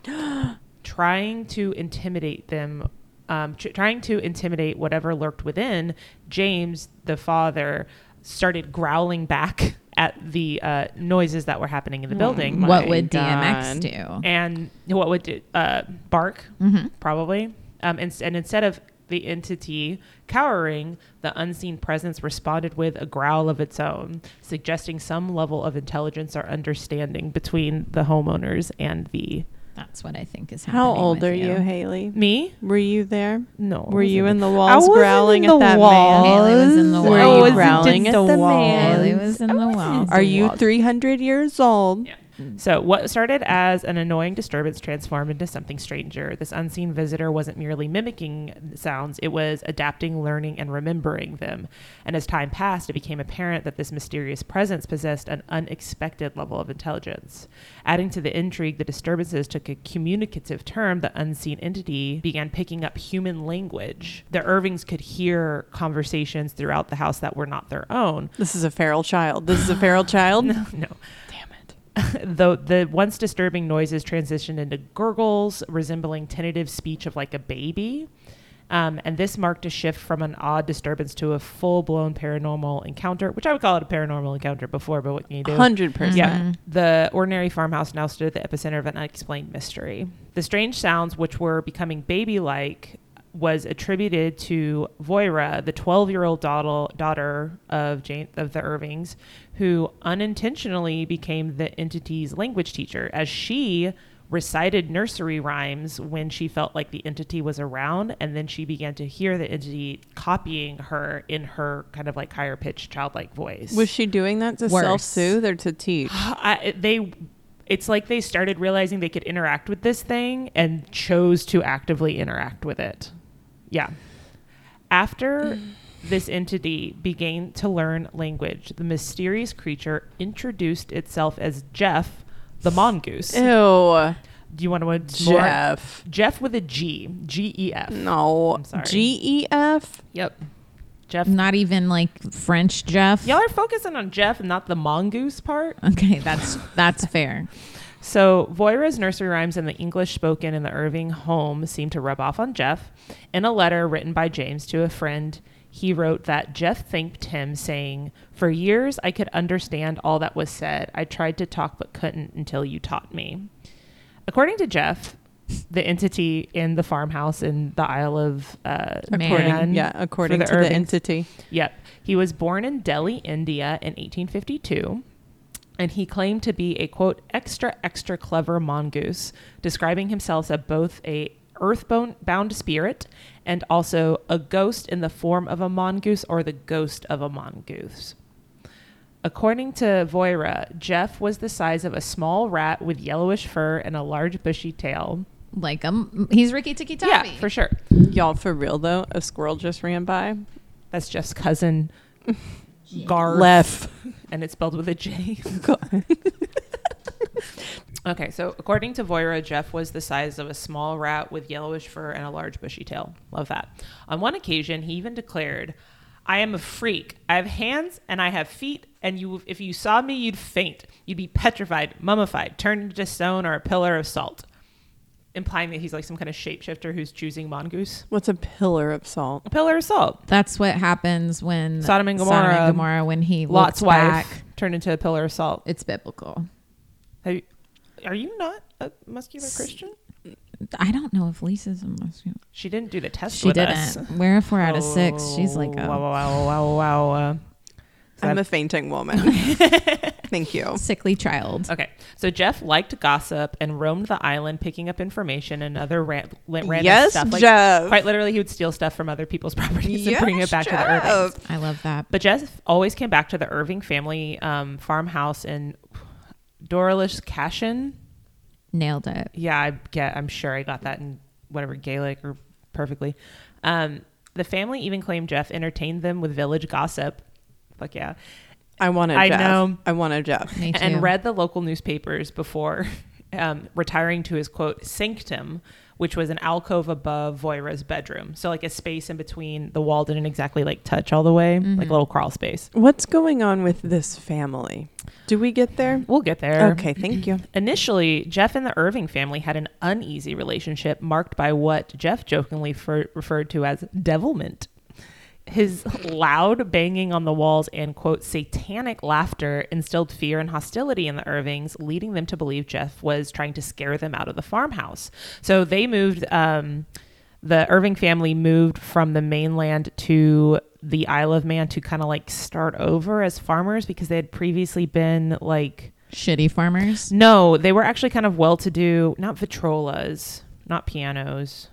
Speaker 4: trying to intimidate them, um, tr- trying to intimidate whatever lurked within, James, the father, started growling back at the uh, noises that were happening in the building
Speaker 3: Hmm. What
Speaker 2: My
Speaker 3: would
Speaker 2: God.
Speaker 3: DMX do?
Speaker 4: and what would it, uh, bark probably um, and, and instead of the entity cowering the unseen presence responded with a growl of its own suggesting some level of intelligence or understanding between the homeowners and the
Speaker 3: That's what I think is happening.
Speaker 2: How old
Speaker 3: with
Speaker 2: are you, Haley?
Speaker 4: me
Speaker 2: Were you there?
Speaker 4: no
Speaker 2: Were you in the
Speaker 4: I
Speaker 2: walls
Speaker 4: wasn't
Speaker 2: growling
Speaker 4: in the
Speaker 2: at that
Speaker 4: walls.
Speaker 2: man?
Speaker 3: Haley was in the
Speaker 2: Were
Speaker 3: walls.
Speaker 2: you
Speaker 3: I wasn't
Speaker 2: growling
Speaker 4: in
Speaker 2: at
Speaker 4: the
Speaker 2: the
Speaker 4: walls.
Speaker 3: Haley
Speaker 2: man?
Speaker 3: was in
Speaker 4: Oh,
Speaker 3: the walls.
Speaker 2: Are you 300 years old?
Speaker 4: Mm. So, what started as an annoying disturbance transformed into something stranger. This unseen visitor wasn't merely mimicking sounds, it was adapting, learning, and remembering them. And as time passed, it became apparent that this mysterious presence possessed an unexpected level of intelligence. Adding to the intrigue, the disturbances took a communicative term. The unseen entity began picking up human language. The Irvings could hear conversations throughout the house that were not their own.
Speaker 2: This is a feral child. This is a feral child.
Speaker 4: No.
Speaker 2: Damn it.
Speaker 4: the the once disturbing noises transitioned into gurgles resembling tentative speech of like a baby um, and this marked a shift from an odd disturbance to a full-blown paranormal encounter which i would call it a paranormal encounter before but what can you do
Speaker 2: 100%.
Speaker 4: yeah. The ordinary farmhouse now stood at the epicenter of an unexplained mystery. The strange sounds, which were becoming baby like, was attributed to Voira, the 12 year old daughter of, Jane, of the Irvings, who unintentionally became the entity's language teacher as she recited nursery rhymes when she felt like the entity was around and then she began to hear the entity copying her in her kind of like higher pitched childlike voice
Speaker 2: Was she doing that to
Speaker 3: Worse.
Speaker 2: self soothe or to teach?
Speaker 4: I, it- they it's like they started realizing they could interact with this thing and chose to actively interact with it yeah after this entity began to learn language the mysterious creature introduced itself as jeff the mongoose
Speaker 2: Ew.
Speaker 4: do you want to want more?
Speaker 2: Jeff. Mm,
Speaker 4: jeff with a g E g-e-f
Speaker 2: No.
Speaker 4: I'm sorry.
Speaker 2: G E F?
Speaker 4: yep jeff
Speaker 3: Not even like French Jeff.
Speaker 4: y'all are focusing on jeff and not the mongoose part
Speaker 3: Okay, that's that's fair.
Speaker 4: So Voira's nursery rhymes and the English spoken in the Irving home seemed to rub off on Jeff. In a letter written by James to a friend, he wrote that Jeff thanked him, saying, For years I could understand all that was said. I tried to talk but couldn't until you taught me. According to Jeff, the entity in the farmhouse in the Isle of uh,
Speaker 3: Man.
Speaker 2: According,
Speaker 4: Man
Speaker 2: yeah,
Speaker 4: for
Speaker 2: according to the
Speaker 4: Irvings-
Speaker 2: entity.
Speaker 4: Yep. He was born in Delhi, India in 1852. And he claimed to be a quote extra extra clever mongoose, describing himself as both a earthbound bound spirit and also a ghost in the form of a mongoose or the ghost of a mongoose. According to Voira, Jeff was the size of a small rat with yellowish fur and a large bushy tail.
Speaker 3: Like um, he's Ricky Tikki Tavi.
Speaker 4: Yeah, for sure.
Speaker 2: Y'all, for real though, a squirrel just ran by.
Speaker 4: That's Jeff's cousin, Garf.
Speaker 2: Left.
Speaker 4: and it's spelled with a J. okay, so according to Voira, Jeff was the size of a small rat with yellowish fur and a large bushy tail. Love that. On one occasion, he even declared, I am a freak. I have hands and I have feet, and you if you saw me, you'd faint. You'd be petrified, mummified, turned into stone or a pillar of salt. Implying that he's like some kind of shapeshifter who's choosing mongoose.
Speaker 2: What's a pillar of salt?
Speaker 4: A pillar of salt.
Speaker 3: That's what happens when
Speaker 4: Sodom and Gomorrah,
Speaker 3: Gomorrah, when he
Speaker 4: Lot's
Speaker 3: looks
Speaker 4: wife
Speaker 3: back.
Speaker 4: turned into a pillar of salt.
Speaker 3: It's biblical.
Speaker 4: Have you, are you not a muscular Christian?
Speaker 3: I don't know if Lisa's a Muslim.
Speaker 4: She didn't do the test
Speaker 3: She
Speaker 4: with
Speaker 3: didn't.
Speaker 4: us.
Speaker 3: We're a four out of six. She's like
Speaker 4: Oh, wow,
Speaker 3: a
Speaker 4: wow, wow, wow, wow. Uh, So
Speaker 2: I'm
Speaker 4: that-
Speaker 2: a fainting woman. Thank you.
Speaker 3: sickly child.
Speaker 4: Okay, so Jeff liked gossip and roamed the island, picking up information and other ra- li- random
Speaker 2: Yes,
Speaker 4: stuff. Like,
Speaker 2: Jeff.
Speaker 4: Quite literally, he would steal stuff from other people's properties
Speaker 2: Yes,
Speaker 4: and bring it back to the Irvings.
Speaker 2: Jeff.
Speaker 3: I love that.
Speaker 4: But Jeff always came back to the Irving family um, farmhouse in Doralish Cashin.
Speaker 3: Nailed it.
Speaker 4: Yeah, I get. I'm sure I got that in whatever Gaelic or perfectly. Um, the family even claimed Jeff entertained them with village gossip. Fuck yeah,
Speaker 2: I want a
Speaker 4: I
Speaker 2: Jeff.
Speaker 4: know.
Speaker 2: I want a Jeff.
Speaker 3: Me too.
Speaker 4: and read the local newspapers before um, retiring to his quote sanctum, which was an alcove above Voira's bedroom. So like a space in between. The wall didn't exactly like touch all the way,
Speaker 3: Mm-hmm.
Speaker 4: like a little crawl space.
Speaker 2: What's going on with this family? Do we get there?
Speaker 4: We'll get there.
Speaker 2: Okay, thank you.
Speaker 4: Initially, Jeff and the Irving family had an uneasy relationship marked by what Jeff jokingly fer- referred to as devilment. His loud banging on the walls and, quote, satanic laughter instilled fear and hostility in the Irvings, leading them to believe Jeff was trying to scare them out of the farmhouse. So they moved, um, the Irving family moved from the mainland to the Isle of Man to kind of like start over as farmers because they had previously been like
Speaker 3: Shitty farmers.
Speaker 4: no, they were actually kind of well to do, not vitrolas, not pianos,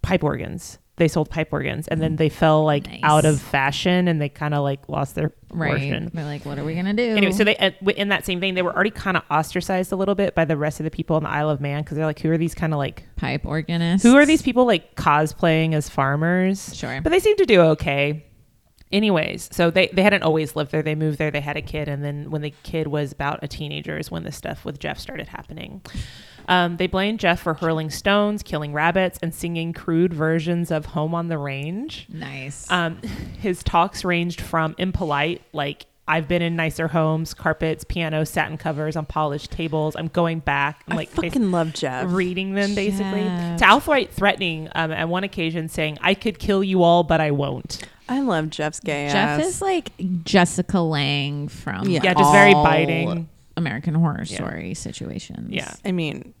Speaker 4: pipe organs. They sold pipe organs and then they fell like
Speaker 3: Nice.
Speaker 4: out of fashion and they kind of like lost their
Speaker 3: Right.
Speaker 4: portion.
Speaker 3: They're like, what are we gonna do?
Speaker 4: Anyway, so they uh, w- in that same vein, they were already kind of ostracized a little bit by the rest of the people on the Isle of Man because they're like, who are these kind of like,
Speaker 3: pipe organist.
Speaker 4: who are these people like cosplaying as farmers?
Speaker 3: Sure.
Speaker 4: But they seem to do okay. Anyways, so they, they hadn't always lived there. They moved there, they had a kid, and then when the kid was about a teenager is when the stuff with Jeff started happening. Um, they blamed Jeff for hurling stones, killing rabbits, and singing crude versions of Home on the Range.
Speaker 3: nice.
Speaker 4: Um, his talks ranged from impolite, like, I've been in nicer homes, carpets, piano, satin covers on polished tables. I'm going back. I'm
Speaker 2: I
Speaker 4: like, basi-
Speaker 2: fucking love Jeff.
Speaker 4: reading them basically
Speaker 3: Jeff.
Speaker 4: to outright threatening um, at one occasion saying i could kill you all but i won't
Speaker 2: I love Jeff's gay
Speaker 3: Jeff
Speaker 2: ass.
Speaker 3: is like Jessica Lang from
Speaker 2: Yeah.
Speaker 4: yeah just very
Speaker 3: all
Speaker 4: biting
Speaker 3: American Horror
Speaker 4: Yeah.
Speaker 3: Story situations.
Speaker 4: Yeah.
Speaker 2: I mean,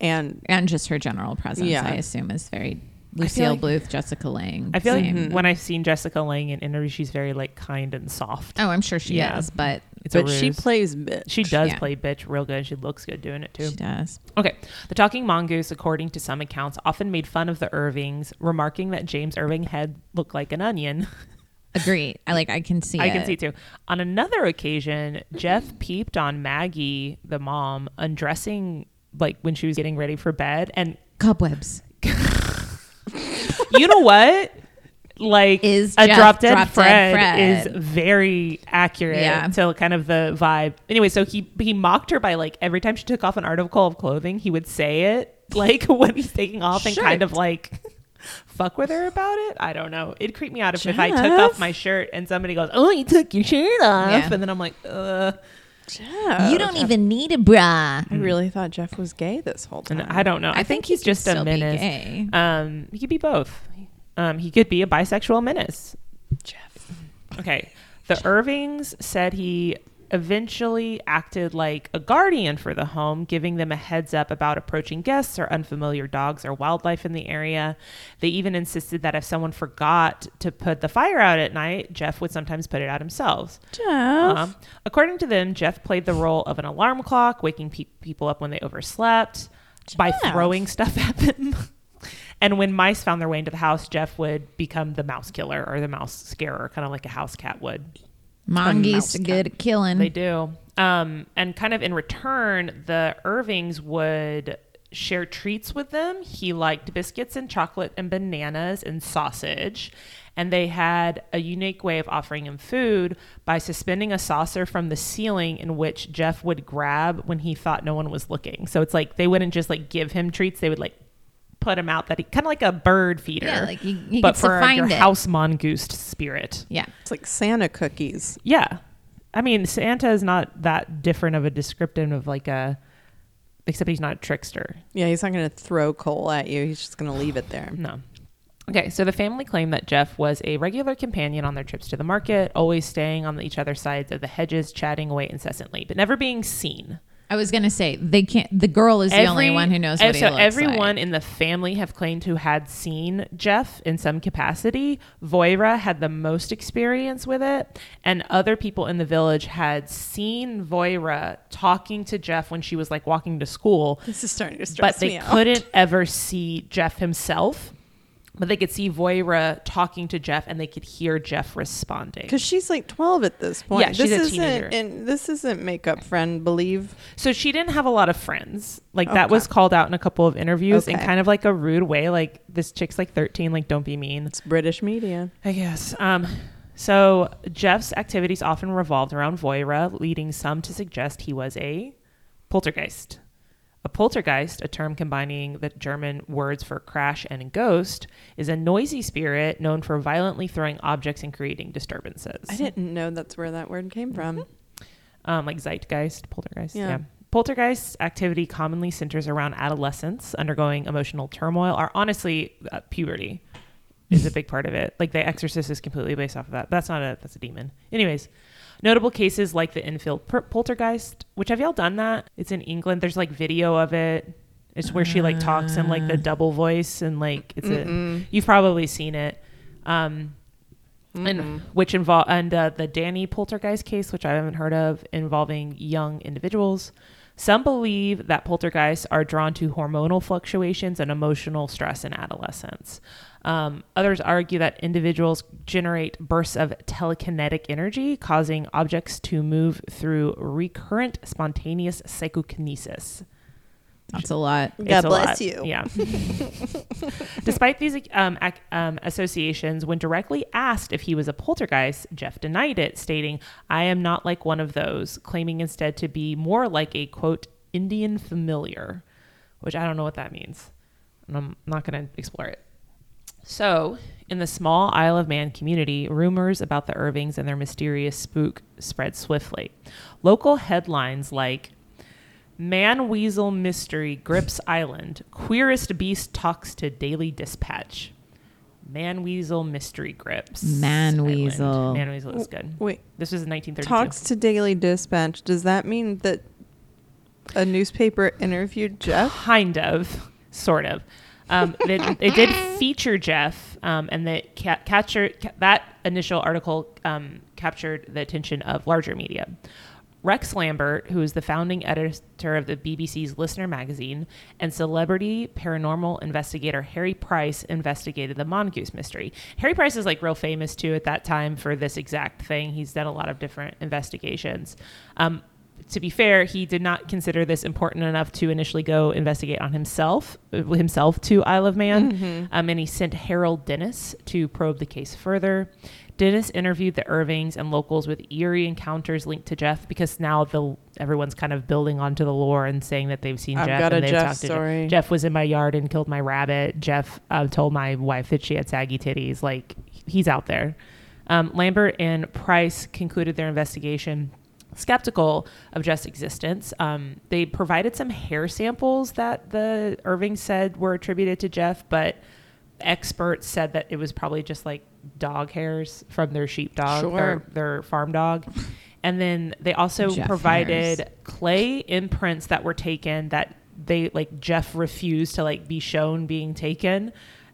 Speaker 2: and
Speaker 3: and just her general presence,
Speaker 2: Yeah.
Speaker 3: I assume, is very
Speaker 4: I
Speaker 3: Lucille
Speaker 4: feel like-
Speaker 3: Bluth, Jessica Lang.
Speaker 4: i feel like
Speaker 3: same.
Speaker 4: when i've seen jessica lang in interviews she's very like kind and soft
Speaker 3: Oh, I'm sure she
Speaker 4: Yeah.
Speaker 3: is, but
Speaker 4: it's a
Speaker 2: but she
Speaker 4: ruse.
Speaker 2: plays bitch.
Speaker 4: she does
Speaker 3: yeah.
Speaker 4: play bitch real good she looks good doing it too
Speaker 3: she does.
Speaker 4: Okay. The Talking Mongoose, according to some accounts, often made fun of the Irvings, remarking that James Irving head looked like an onion.
Speaker 3: Agree. I like. I can see.
Speaker 4: I can
Speaker 3: it.
Speaker 4: see too. On another occasion, Jeff peeped on Maggie, the mom, undressing like when she was getting ready for bed. And
Speaker 3: cobwebs.
Speaker 4: you know what? Like
Speaker 3: Is
Speaker 4: a
Speaker 3: Jeff
Speaker 4: drop dead,
Speaker 3: Drop Dead
Speaker 4: Fred,
Speaker 3: Fred.
Speaker 4: is very accurate
Speaker 3: Yeah.
Speaker 4: to kind of the vibe. Anyway, so he he mocked her by like every time she took off an article of clothing, he would say it like when he's taking off and kind of
Speaker 3: Shirt.
Speaker 4: like fuck with her about it. I don't know. It'd creep me out if, if I took off
Speaker 2: Jeff?
Speaker 4: my shirt and somebody goes, "Oh, you took your shirt off,"
Speaker 3: Yeah.
Speaker 4: and then I'm like, "Uh."
Speaker 2: Jeff.
Speaker 4: Oh,
Speaker 3: even need a bra.
Speaker 2: e- I really thought Jeff was gay this whole time.
Speaker 4: Hmm. And I don't know. I,
Speaker 3: I
Speaker 4: think,
Speaker 3: think
Speaker 4: he's
Speaker 3: he could
Speaker 4: just a
Speaker 3: still be
Speaker 4: menace.
Speaker 3: gay.
Speaker 4: Um, he could be both. Um, he could be a bisexual menace.
Speaker 2: Jeff.
Speaker 4: Okay. The Irvings said he eventually acted like a guardian for the home, giving them a heads up about approaching guests or unfamiliar dogs or wildlife in the area. They even insisted that if someone forgot to put the fire out at night, Jeff would sometimes put it out himself.
Speaker 2: Jeff.
Speaker 4: Um, according to them, Jeff played the role of an alarm clock, waking pe- people up when they overslept by
Speaker 2: Jeff.
Speaker 4: throwing stuff at them. and when mice found their way into the house, Jeff would become the mouse killer or the mouse scarer, kind of like a house cat would.
Speaker 3: Mongoose
Speaker 2: mouse
Speaker 3: are good at killing.
Speaker 4: They do. Um, and kind of in return, the Irvings would share treats with them. He liked biscuits and chocolate and bananas and sausage. And they had a unique way of offering him food by suspending a saucer from the ceiling in which Jeff would grab when he thought no one was looking. So it's like they wouldn't just like give him treats, they would like put him out that he kind of like a bird feeder.
Speaker 3: Yeah, like he, he
Speaker 4: but
Speaker 3: gets to
Speaker 4: for
Speaker 3: find
Speaker 4: your
Speaker 3: it.
Speaker 4: house mongoose spirit.
Speaker 3: Yeah.
Speaker 2: It's like Santa cookies.
Speaker 4: Yeah. I mean, Santa is not that different of a description of like a, except he's not a trickster.
Speaker 2: Yeah, he's not going to throw coal at you. He's just going to leave it there.
Speaker 4: No. Okay, so the family claimed that Jeff was a regular companion on their trips to the market, always staying on each other's sides of the hedges, chatting away incessantly, but never being seen.
Speaker 3: I was gonna say they can't. The girl is the only
Speaker 4: Every-
Speaker 3: one who knows what
Speaker 4: ev-
Speaker 3: he
Speaker 4: so
Speaker 3: looks like.
Speaker 4: everyone in the family have claimed to had seen Jeff in some capacity. Voira had the most experience with it, and other people in the village had seen Voira talking to Jeff when she was like walking to school,
Speaker 2: This is starting to stress
Speaker 4: but they
Speaker 2: me out.
Speaker 4: couldn't ever see Jeff himself. But they could see Voira talking to Jeff, and they could hear Jeff responding.
Speaker 2: Because she's like 12 at this point.
Speaker 4: Yeah, she's
Speaker 2: this
Speaker 4: a
Speaker 2: isn't,
Speaker 4: teenager.
Speaker 2: And this isn't makeup friend believe.
Speaker 4: So she didn't have a lot of friends. Like that
Speaker 2: Okay.
Speaker 4: was called out in a couple of interviews in
Speaker 2: Okay.
Speaker 4: kind of like a rude way. Like this chick's like 13. Like don't be mean.
Speaker 2: It's British media.
Speaker 4: I guess. Um, so Jeff's activities often revolved around Voira, leading some to suggest he was a poltergeist. A poltergeist, a term combining the German words for crash and ghost, is a noisy spirit known for violently throwing objects and creating disturbances.
Speaker 2: I didn't know that's where that word came from.
Speaker 4: um, like zeitgeist, poltergeist. Yeah.
Speaker 2: Yeah.
Speaker 4: Poltergeist activity commonly centers around adolescents undergoing emotional turmoil, or honestly, uh, puberty is a big part of it. Like the exorcist is completely based off of that. That's not a that's a demon. Anyways, notable cases like the infield per- poltergeist, which have y'all done that? It's in England. There's like video of it. It's where she like talks in like the double voice and like it's a you've probably seen it. Um and which involve and uh, the Danny poltergeist case, which I haven't heard of, involving young individuals. Some believe that poltergeists are drawn to hormonal fluctuations and emotional stress in adolescence. Um, others argue that individuals generate bursts of telekinetic energy, causing objects to move through recurrent spontaneous psychokinesis.
Speaker 3: That's a lot.
Speaker 2: God
Speaker 4: It's a
Speaker 2: bless
Speaker 4: lot.
Speaker 2: you.
Speaker 4: Yeah. Despite these um, ac- um, associations, when directly asked if he was a poltergeist, Jeff denied it, stating, I am not like one of those, claiming instead to be more like a quote, Indian familiar, which I don't know what that means. And I'm not going to explore it. So, in the small Isle of Man community, rumors about the Irvings and their mysterious spook spread swiftly. Local headlines like Man Weasel Mystery Grips Island, Queerest Beast Talks to Daily Dispatch. Man Weasel Mystery Grips.
Speaker 3: Man
Speaker 4: Island.
Speaker 3: Weasel.
Speaker 4: Man Weasel is good.
Speaker 2: Wait,
Speaker 4: This was in 1932.
Speaker 2: talks to Daily Dispatch. Does that mean that a newspaper interviewed Jeff?
Speaker 4: Kind of, sort of. Um, they, they did feature Jeff, um, and that ca- capture ca- that initial article um, captured the attention of larger media. Rex Lambert, who is the founding editor of the BBC's Listener magazine, and celebrity paranormal investigator Harry Price investigated the Mongoose mystery. Harry Price is like real famous too at that time for this exact thing. He's done a lot of different investigations. Um, to be fair, he did not consider this important enough to initially go investigate on himself uh, himself to Isle of Man,
Speaker 2: Mm-hmm.
Speaker 4: um, and he sent Harold Dennis to probe the case further. Dennis interviewed the Irvings and locals with eerie encounters linked to Jeff because now the everyone's kind of building onto the lore and saying that they've seen
Speaker 2: I've
Speaker 4: Jeff
Speaker 2: got
Speaker 4: and
Speaker 2: a
Speaker 4: they've
Speaker 2: Jeff
Speaker 4: talked to
Speaker 2: story.
Speaker 4: Jeff. Jeff was in my yard and killed my rabbit. Jeff uh, told my wife that she had saggy titties. Like he's out there. Um, Lambert and Price concluded their investigation skeptical of Jeff's existence. Um, they provided some hair samples that the Irving said were attributed to Jeff, but experts said that it was probably just like dog hairs from their sheepdog,
Speaker 2: Sure.
Speaker 4: their, their farm dog. And then they also
Speaker 3: Jeff
Speaker 4: provided
Speaker 3: hairs.
Speaker 4: clay imprints that were taken that they like Jeff refused to like be shown being taken.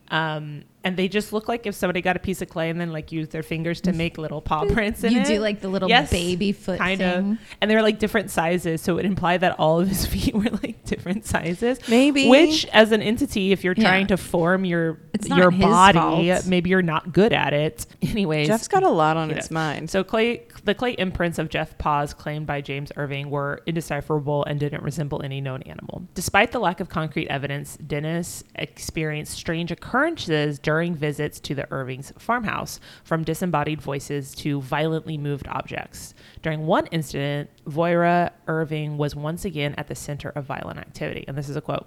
Speaker 4: Um, and they just look like if somebody got a piece of clay and then like used their fingers to make little paw prints in
Speaker 3: Mm. you
Speaker 4: it.
Speaker 3: do like the little
Speaker 4: Yes,
Speaker 3: baby foot
Speaker 4: kind
Speaker 3: thing.
Speaker 4: of. And they were like different sizes, so it would imply that all of his feet were like different sizes.
Speaker 2: Maybe.
Speaker 4: Which, as an entity, if you're
Speaker 3: Yeah.
Speaker 4: trying to form your
Speaker 3: It's not
Speaker 4: your
Speaker 3: his
Speaker 4: body,
Speaker 3: fault.
Speaker 4: maybe you're not good at it. Anyways,
Speaker 2: Jeff's got a lot on
Speaker 4: you know.
Speaker 2: his mind.
Speaker 4: So clay, the clay imprints of Jeff Paws claimed by James Irving were indecipherable and didn't resemble any known animal. Despite the lack of concrete evidence, Dennis experienced strange occurrences during visits to the Irving's farmhouse, from disembodied voices to violently moved objects. During one incident, Voira Irving was once again at the center of violent activity, and this is a quote.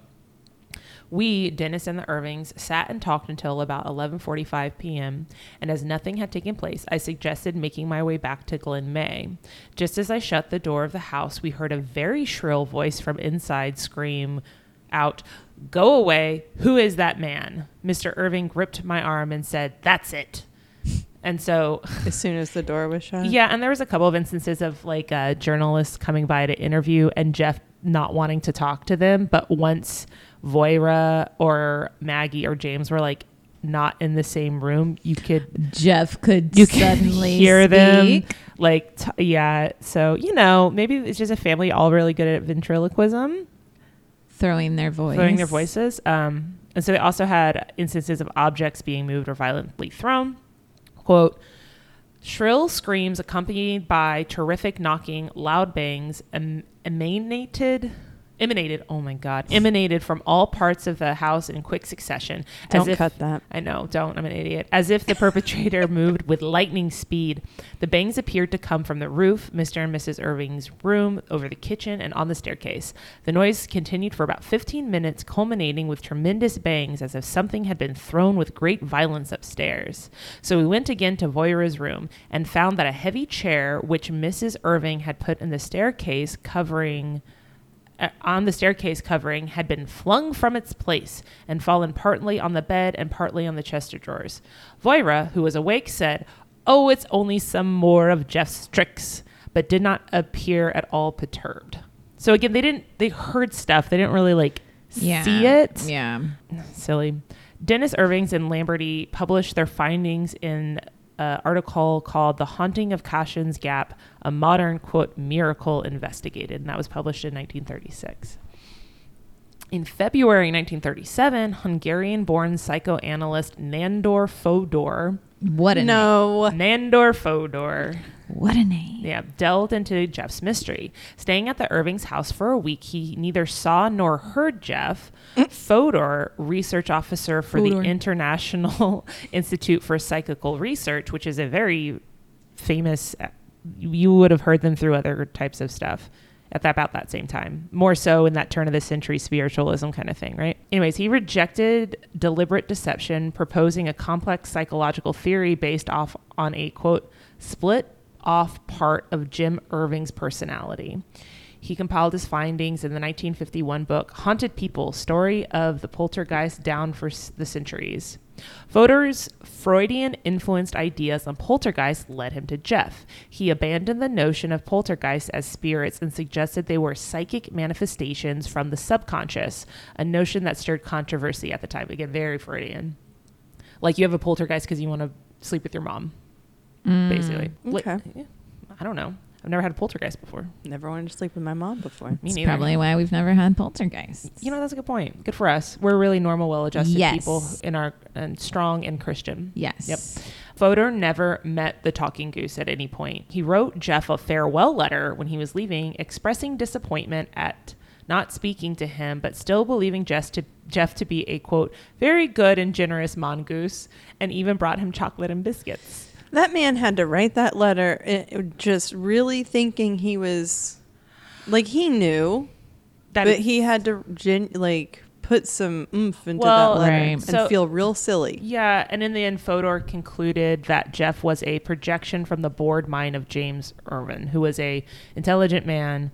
Speaker 4: We, Dennis and the Irvings, sat and talked until about 11:45 p.m. And as nothing had taken place, I suggested making my way back to Glen May. Just as I shut the door of the house, we heard a very shrill voice from inside scream out, "Go away! Who is that man?" Mr. Irving gripped my arm and said, "That's it." And so
Speaker 2: As soon as the door was shut.
Speaker 4: yeah, and there was a couple of instances of like uh, journalists coming by to interview and Jeff not wanting to talk to them. But once Voira or Maggie or James were like not in the same room, you could
Speaker 3: Jeff could
Speaker 4: you could
Speaker 3: suddenly
Speaker 4: hear them.
Speaker 3: speak.
Speaker 4: Like t- yeah, so you know maybe it's just a family all really good at ventriloquism,
Speaker 3: throwing their voice,
Speaker 4: throwing their voices. Um, and so they also had instances of objects being moved or violently thrown. Quote. Shrill screams accompanied by terrific knocking, loud bangs em- emanated emanated oh my god emanated from all parts of the house in quick succession as
Speaker 2: Don't
Speaker 4: if-
Speaker 2: cut that.
Speaker 4: I know, don't. I'm an idiot. As if the perpetrator moved with lightning speed. The bangs appeared to come from the roof, Mr. and Mrs. Irving's room, over the kitchen, and on the staircase. The noise continued for about 15 minutes, culminating with tremendous bangs as if something had been thrown with great violence upstairs. So we went again to Voyra's room and found that a heavy chair, which Mrs. Irving had put in the staircase, covering uh, on the staircase covering had been flung from its place and fallen partly on the bed and partly on the chest of drawers. Voira, who was awake, said, Oh, it's only some more of Jeff's tricks, but did not appear at all perturbed. So again, they didn't, they heard stuff. They didn't really like
Speaker 3: Yeah.
Speaker 4: see it
Speaker 3: Yeah.
Speaker 4: silly. Dennis Irvings and Lamberty published their findings in an article called The Haunting of Cashin's Gap, a modern, quote, miracle investigated. And that was published in 1936. In February 1937, Hungarian born psychoanalyst Nandor Fodor,
Speaker 3: What a name.
Speaker 2: No.
Speaker 4: Nandor Fodor,
Speaker 3: What a name.
Speaker 4: yeah, delved into Jeff's mystery. Staying at the Irving's house for a week, he neither saw nor heard Jeff. Fodor, research officer for
Speaker 3: Fodor.
Speaker 4: the International Institute for Psychical Research, which is a very famous, you would have heard them through other types of stuff at that, about that same time. More so in that turn of the century spiritualism kind of thing, right? Anyways, he rejected deliberate deception, proposing a complex psychological theory based off on a quote, split off part of Jim Irving's personality. He compiled his findings in the 1951 book Haunted People Story of the Poltergeist Down for S- the Centuries. Fodor's Freudian influenced ideas on poltergeist led him to Jeff. He abandoned the notion of poltergeists as spirits and suggested they were psychic manifestations from the subconscious, a notion that stirred controversy at the time. Again, very Freudian. Like you have a poltergeist because you want to sleep with your mom,
Speaker 3: Mm.
Speaker 4: basically. Like-
Speaker 2: Okay.
Speaker 4: yeah. I don't know. I've never had a poltergeist before.
Speaker 2: Never wanted to sleep with my mom before.
Speaker 4: Me
Speaker 3: That's
Speaker 4: neither.
Speaker 3: probably why we've never had poltergeists.
Speaker 4: You know, that's a good point. Good for us. We're really normal, well adjusted
Speaker 3: Yes.
Speaker 4: people in our and strong and Christian.
Speaker 3: Yes.
Speaker 4: Yep. Fodor never met the talking goose at any point. He wrote Jeff a farewell letter when he was leaving, expressing disappointment at not speaking to him, but still believing Jeff to, Jeff to be a quote, very good and generous mongoose, and even brought him chocolate and biscuits.
Speaker 2: That man had to write that letter eh, just really thinking he was like he knew,
Speaker 4: That
Speaker 2: but
Speaker 4: is-
Speaker 2: he had to gen- like put some oomph into
Speaker 4: Well,
Speaker 2: that letter
Speaker 3: Right.
Speaker 2: and
Speaker 4: so-
Speaker 2: feel real silly.
Speaker 4: Yeah, and in the end, Fodor concluded that Jeff was a projection from the bored mind of James Irwin, who was a intelligent man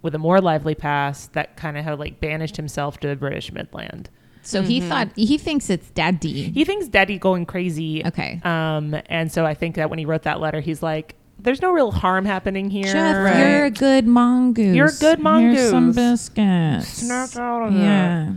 Speaker 4: with a more lively past that kind of had like banished himself to the British Midland.
Speaker 3: So he
Speaker 4: Mm-hmm.
Speaker 3: thought he thinks it's daddy.
Speaker 4: He thinks Daddy going crazy.
Speaker 3: Okay.
Speaker 4: Um, and so I think that when he wrote that letter, he's like, "There's no real harm happening here."
Speaker 3: Jeff,
Speaker 2: Right.
Speaker 3: you're a good mongoose.
Speaker 4: You're a good
Speaker 3: Here's some
Speaker 4: mongoose.
Speaker 3: biscuits.
Speaker 4: Snapped out of
Speaker 3: yeah.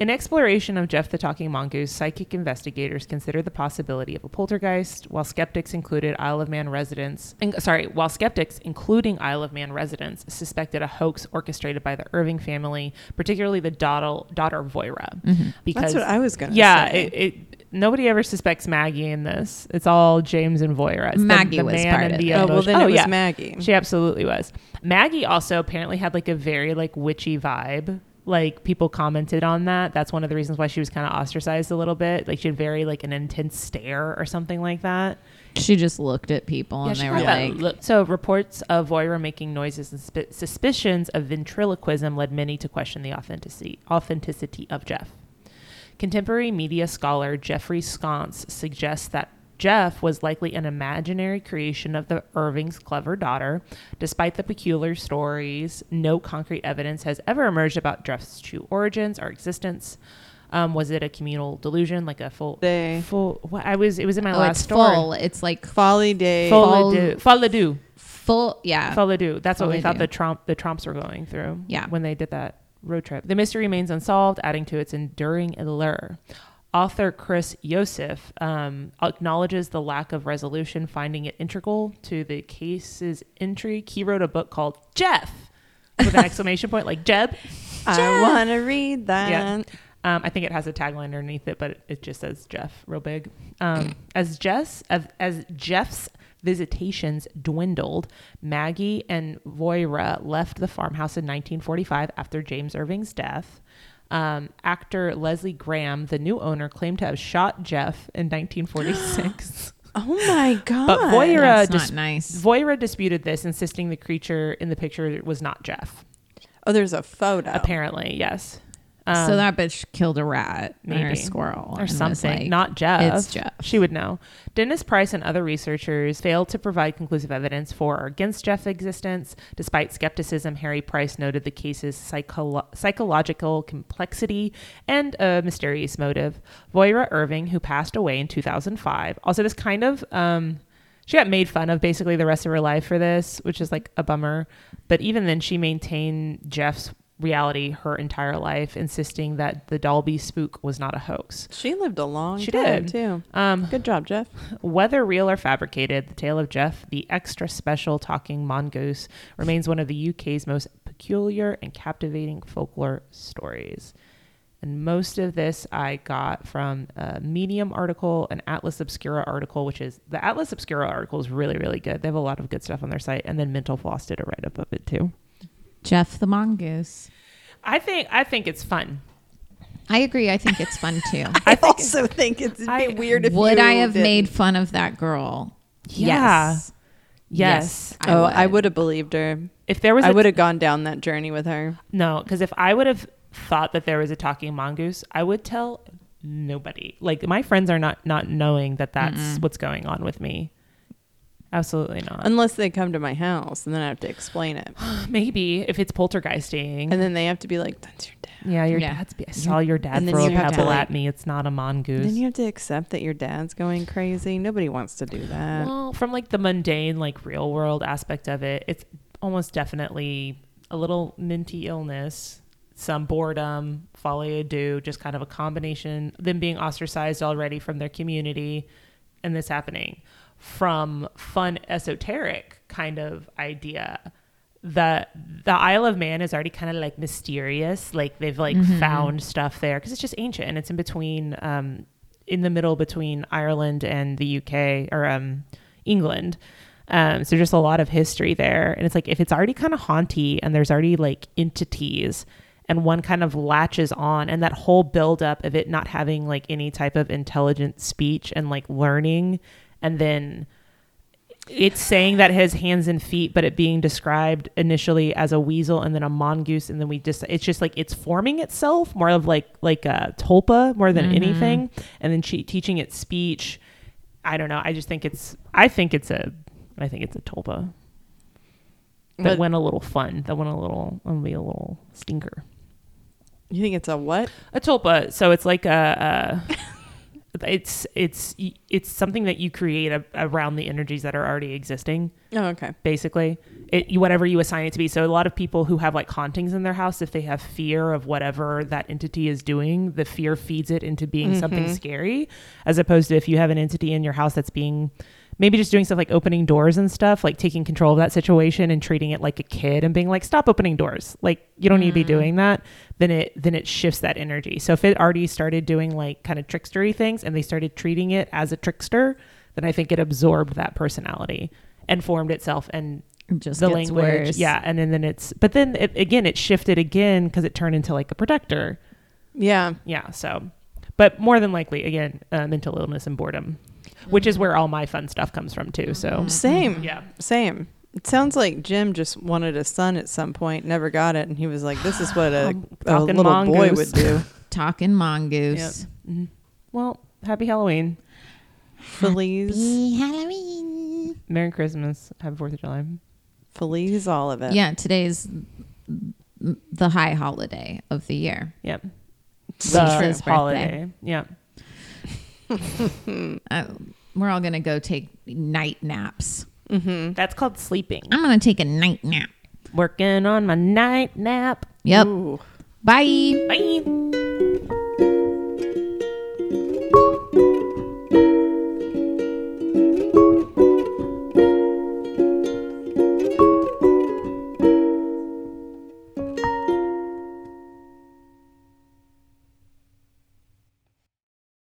Speaker 4: In exploration of Jeff the Talking Mongoose, psychic investigators considered the possibility of a poltergeist, while skeptics included Isle of Man residents, in- sorry, while skeptics including Isle of Man residents suspected a hoax orchestrated by the Irving family, particularly the daughter, daughter Voira,
Speaker 3: Mm-hmm.
Speaker 4: because
Speaker 2: That's what I was gonna
Speaker 4: yeah,
Speaker 2: say.
Speaker 4: it, it, nobody ever suspects Maggie in this. It's all James and Voira. It's the-
Speaker 3: Maggie
Speaker 4: the
Speaker 3: was
Speaker 4: man
Speaker 3: part
Speaker 4: and
Speaker 3: of
Speaker 4: the
Speaker 3: it.
Speaker 2: oh well,
Speaker 4: emotion-
Speaker 2: then it was
Speaker 4: yeah.
Speaker 2: Maggie.
Speaker 4: She absolutely was. Maggie also apparently had like a very like witchy vibe. Like people commented on that. That's one of the reasons why she was kind of ostracized a little bit. Like she had very like an intense stare or something like that.
Speaker 3: She just looked at people and
Speaker 4: she
Speaker 3: they were
Speaker 4: had that
Speaker 3: like,
Speaker 4: look. so reports of Voira making noises and sp- suspicions of ventriloquism led many to question the authenticity authenticity of Jeff. Contemporary media scholar Jeffrey Sconce suggests that Jeff was likely an imaginary creation of the Irving's clever daughter. Despite the peculiar stories, no concrete evidence has ever emerged about Jeff's true origins or existence. Um, was it a communal delusion, like a full,
Speaker 2: They-
Speaker 4: full? What I was, it was in my
Speaker 3: Oh,
Speaker 4: last
Speaker 3: it's
Speaker 4: story.
Speaker 3: full. It's like
Speaker 2: Folly Day.
Speaker 3: Fol-
Speaker 4: Folle du, folle du,
Speaker 3: full. Yeah.
Speaker 4: folle du. That's what we
Speaker 3: Folle
Speaker 4: thought
Speaker 3: du.
Speaker 4: the Trump, the Trumps were going through.
Speaker 3: Yeah.
Speaker 4: when they did that road trip, the mystery remains unsolved, adding to its enduring allure. Author Chris Yosef um, acknowledges the lack of resolution, finding it integral to the case's intrigue. He wrote a book called Jeff with an exclamation point, like Jeb.
Speaker 2: I want to read that.
Speaker 4: Yeah. Um, I think it has a tagline underneath it, but it just says Jeff real big. Um, as Jess, of, as Jeff's visitations dwindled, Maggie and Moira left the farmhouse in 1945 after James Irving's death. Um, actor Leslie Graham, the new owner, claimed to have shot Jeff in 1946.
Speaker 2: Oh my god.
Speaker 4: but Moira,
Speaker 3: That's not
Speaker 4: dis-
Speaker 3: nice.
Speaker 4: Moira disputed this, insisting the creature in the picture was not Jeff.
Speaker 2: Oh, there's a photo.
Speaker 4: Apparently, yes.
Speaker 3: so that bitch killed a rat or
Speaker 4: um, maybe.
Speaker 3: a squirrel and
Speaker 4: or
Speaker 3: was
Speaker 4: something.
Speaker 3: like,
Speaker 4: Not Jeff.
Speaker 3: It's Jeff.
Speaker 4: She would know. Dennis Price and other researchers failed to provide conclusive evidence for or against Jeff's existence. Despite skepticism, Harry Price noted the case's psycholo- psychological complexity and a mysterious motive. Moira Irving, who passed away in 2005, also this kind of. Um, she got made fun of basically the rest of her life for this, which is like a bummer. But even then, she maintained Jeff's reality her entire life, insisting that the Dalby spook was not a hoax.
Speaker 2: She lived a long
Speaker 4: She
Speaker 2: time
Speaker 4: did.
Speaker 2: too.
Speaker 4: Um,
Speaker 2: Good job, Jeff.
Speaker 4: whether real or fabricated, the tale of Jeff, the extra special talking mongoose, remains one of the UK's most peculiar and captivating folklore stories. And most of this I got from a Medium article, an Atlas Obscura article, which is the Atlas Obscura article is really, really good. They have a lot of good stuff on their site. And then Mental Floss did a write up of it too.
Speaker 3: Jeff the mongoose.
Speaker 4: I think I think it's fun.
Speaker 3: I agree. I think it's fun too.
Speaker 2: I also think it's
Speaker 4: I-
Speaker 2: weird
Speaker 3: would I have
Speaker 2: didn't.
Speaker 3: made fun of that girl?
Speaker 4: Yeah.
Speaker 3: Yes.
Speaker 4: Yes.
Speaker 2: Oh, I would have believed her.
Speaker 4: If there was
Speaker 2: I
Speaker 4: a
Speaker 2: would have gone down that journey with her.
Speaker 4: No, because if I would have thought that there was a talking mongoose, I would tell nobody. Like my friends are not not knowing that that's what's going on with me. Absolutely not.
Speaker 2: Unless they come to my house and then I have to explain it.
Speaker 4: Maybe if it's poltergeisting.
Speaker 2: And then they have to be like, that's your dad.
Speaker 4: yeah, your
Speaker 3: Yeah.
Speaker 4: dad's. Be- I saw your dad
Speaker 2: and then
Speaker 4: throw a
Speaker 2: you have to,
Speaker 4: pebble
Speaker 2: like-
Speaker 4: at me. It's not a
Speaker 2: And then
Speaker 4: mongoose.
Speaker 2: you have to accept that your dad's going crazy. Nobody wants to do that.
Speaker 4: well, from like the mundane, like real world aspect of it, it's almost definitely a little minty illness, some boredom, folly ado, just kind of a combination, them being ostracized already from their community and this happening from fun esoteric kind of idea the the Isle of Man is already kind of like mysterious. Like they've like found stuff there because it's just ancient and it's in between, um, in the middle between Ireland and the UK or um, England. Um, so just a lot of history there, and it's like if it's already kind of haunty and there's already like entities. And one kind of latches on, and that whole buildup of it not having like any type of intelligent speech and like learning, and then it's saying that it has hands and feet, but it being described initially as a weasel and then a mongoose, and then we just it's just like it's forming itself more of like like a tulpa more than anything, and then she teaching it speech. I don't know. I just think it's I think it's a I think it's a tulpa that
Speaker 2: But-
Speaker 4: went a little fun. That went a little um, be a little stinker.
Speaker 2: You think it's a what?
Speaker 4: A tulpa. So it's like a. a it's it's it's something that you create a, around the energies that are already existing
Speaker 2: Oh, okay.
Speaker 4: basically it, you- whatever you assign it to be so a lot of people who have like hauntings in their house if they have fear of whatever that entity is doing the fear feeds it into being something scary as opposed to if you have an entity in your house that's being maybe just doing stuff like opening doors and stuff like taking control of that situation and treating it like a kid and being like stop opening doors like you don't need to be doing that then it then it shifts that energy so if it already started doing like kind of trickstery things and they started treating it as a trickster then i think it absorbed that personality and formed itself and
Speaker 3: It just
Speaker 4: the
Speaker 3: gets
Speaker 4: language
Speaker 3: worse.
Speaker 4: yeah and then, then it's but then it, again it shifted again because it turned into like a protector
Speaker 2: Yeah.
Speaker 4: yeah so but more than likely again uh, mental illness and boredom which is where all my fun stuff comes from too so
Speaker 2: Mm-hmm. Same.
Speaker 4: yeah
Speaker 2: Same. It sounds like Jim just wanted a son at some point, never got it, and he was like, "This is what a, a
Speaker 4: Talking
Speaker 2: little boy would
Speaker 4: mongoose.
Speaker 2: do."
Speaker 3: talking mongoose.
Speaker 4: Well, happy Halloween.
Speaker 2: Feliz,
Speaker 3: Halloween.
Speaker 4: Merry Christmas. Happy 4th of July.
Speaker 2: Feliz, all of it.
Speaker 3: Yeah, today's the high holiday of the year.
Speaker 4: Yep.
Speaker 3: Lisa's birthday.
Speaker 4: Yep.
Speaker 3: Uh, we're all gonna go take night naps.
Speaker 4: That's called sleeping.
Speaker 3: I'm gonna take a night nap.
Speaker 4: Working on my night nap.
Speaker 3: Yep.
Speaker 2: Ooh.
Speaker 3: Bye.
Speaker 4: Bye.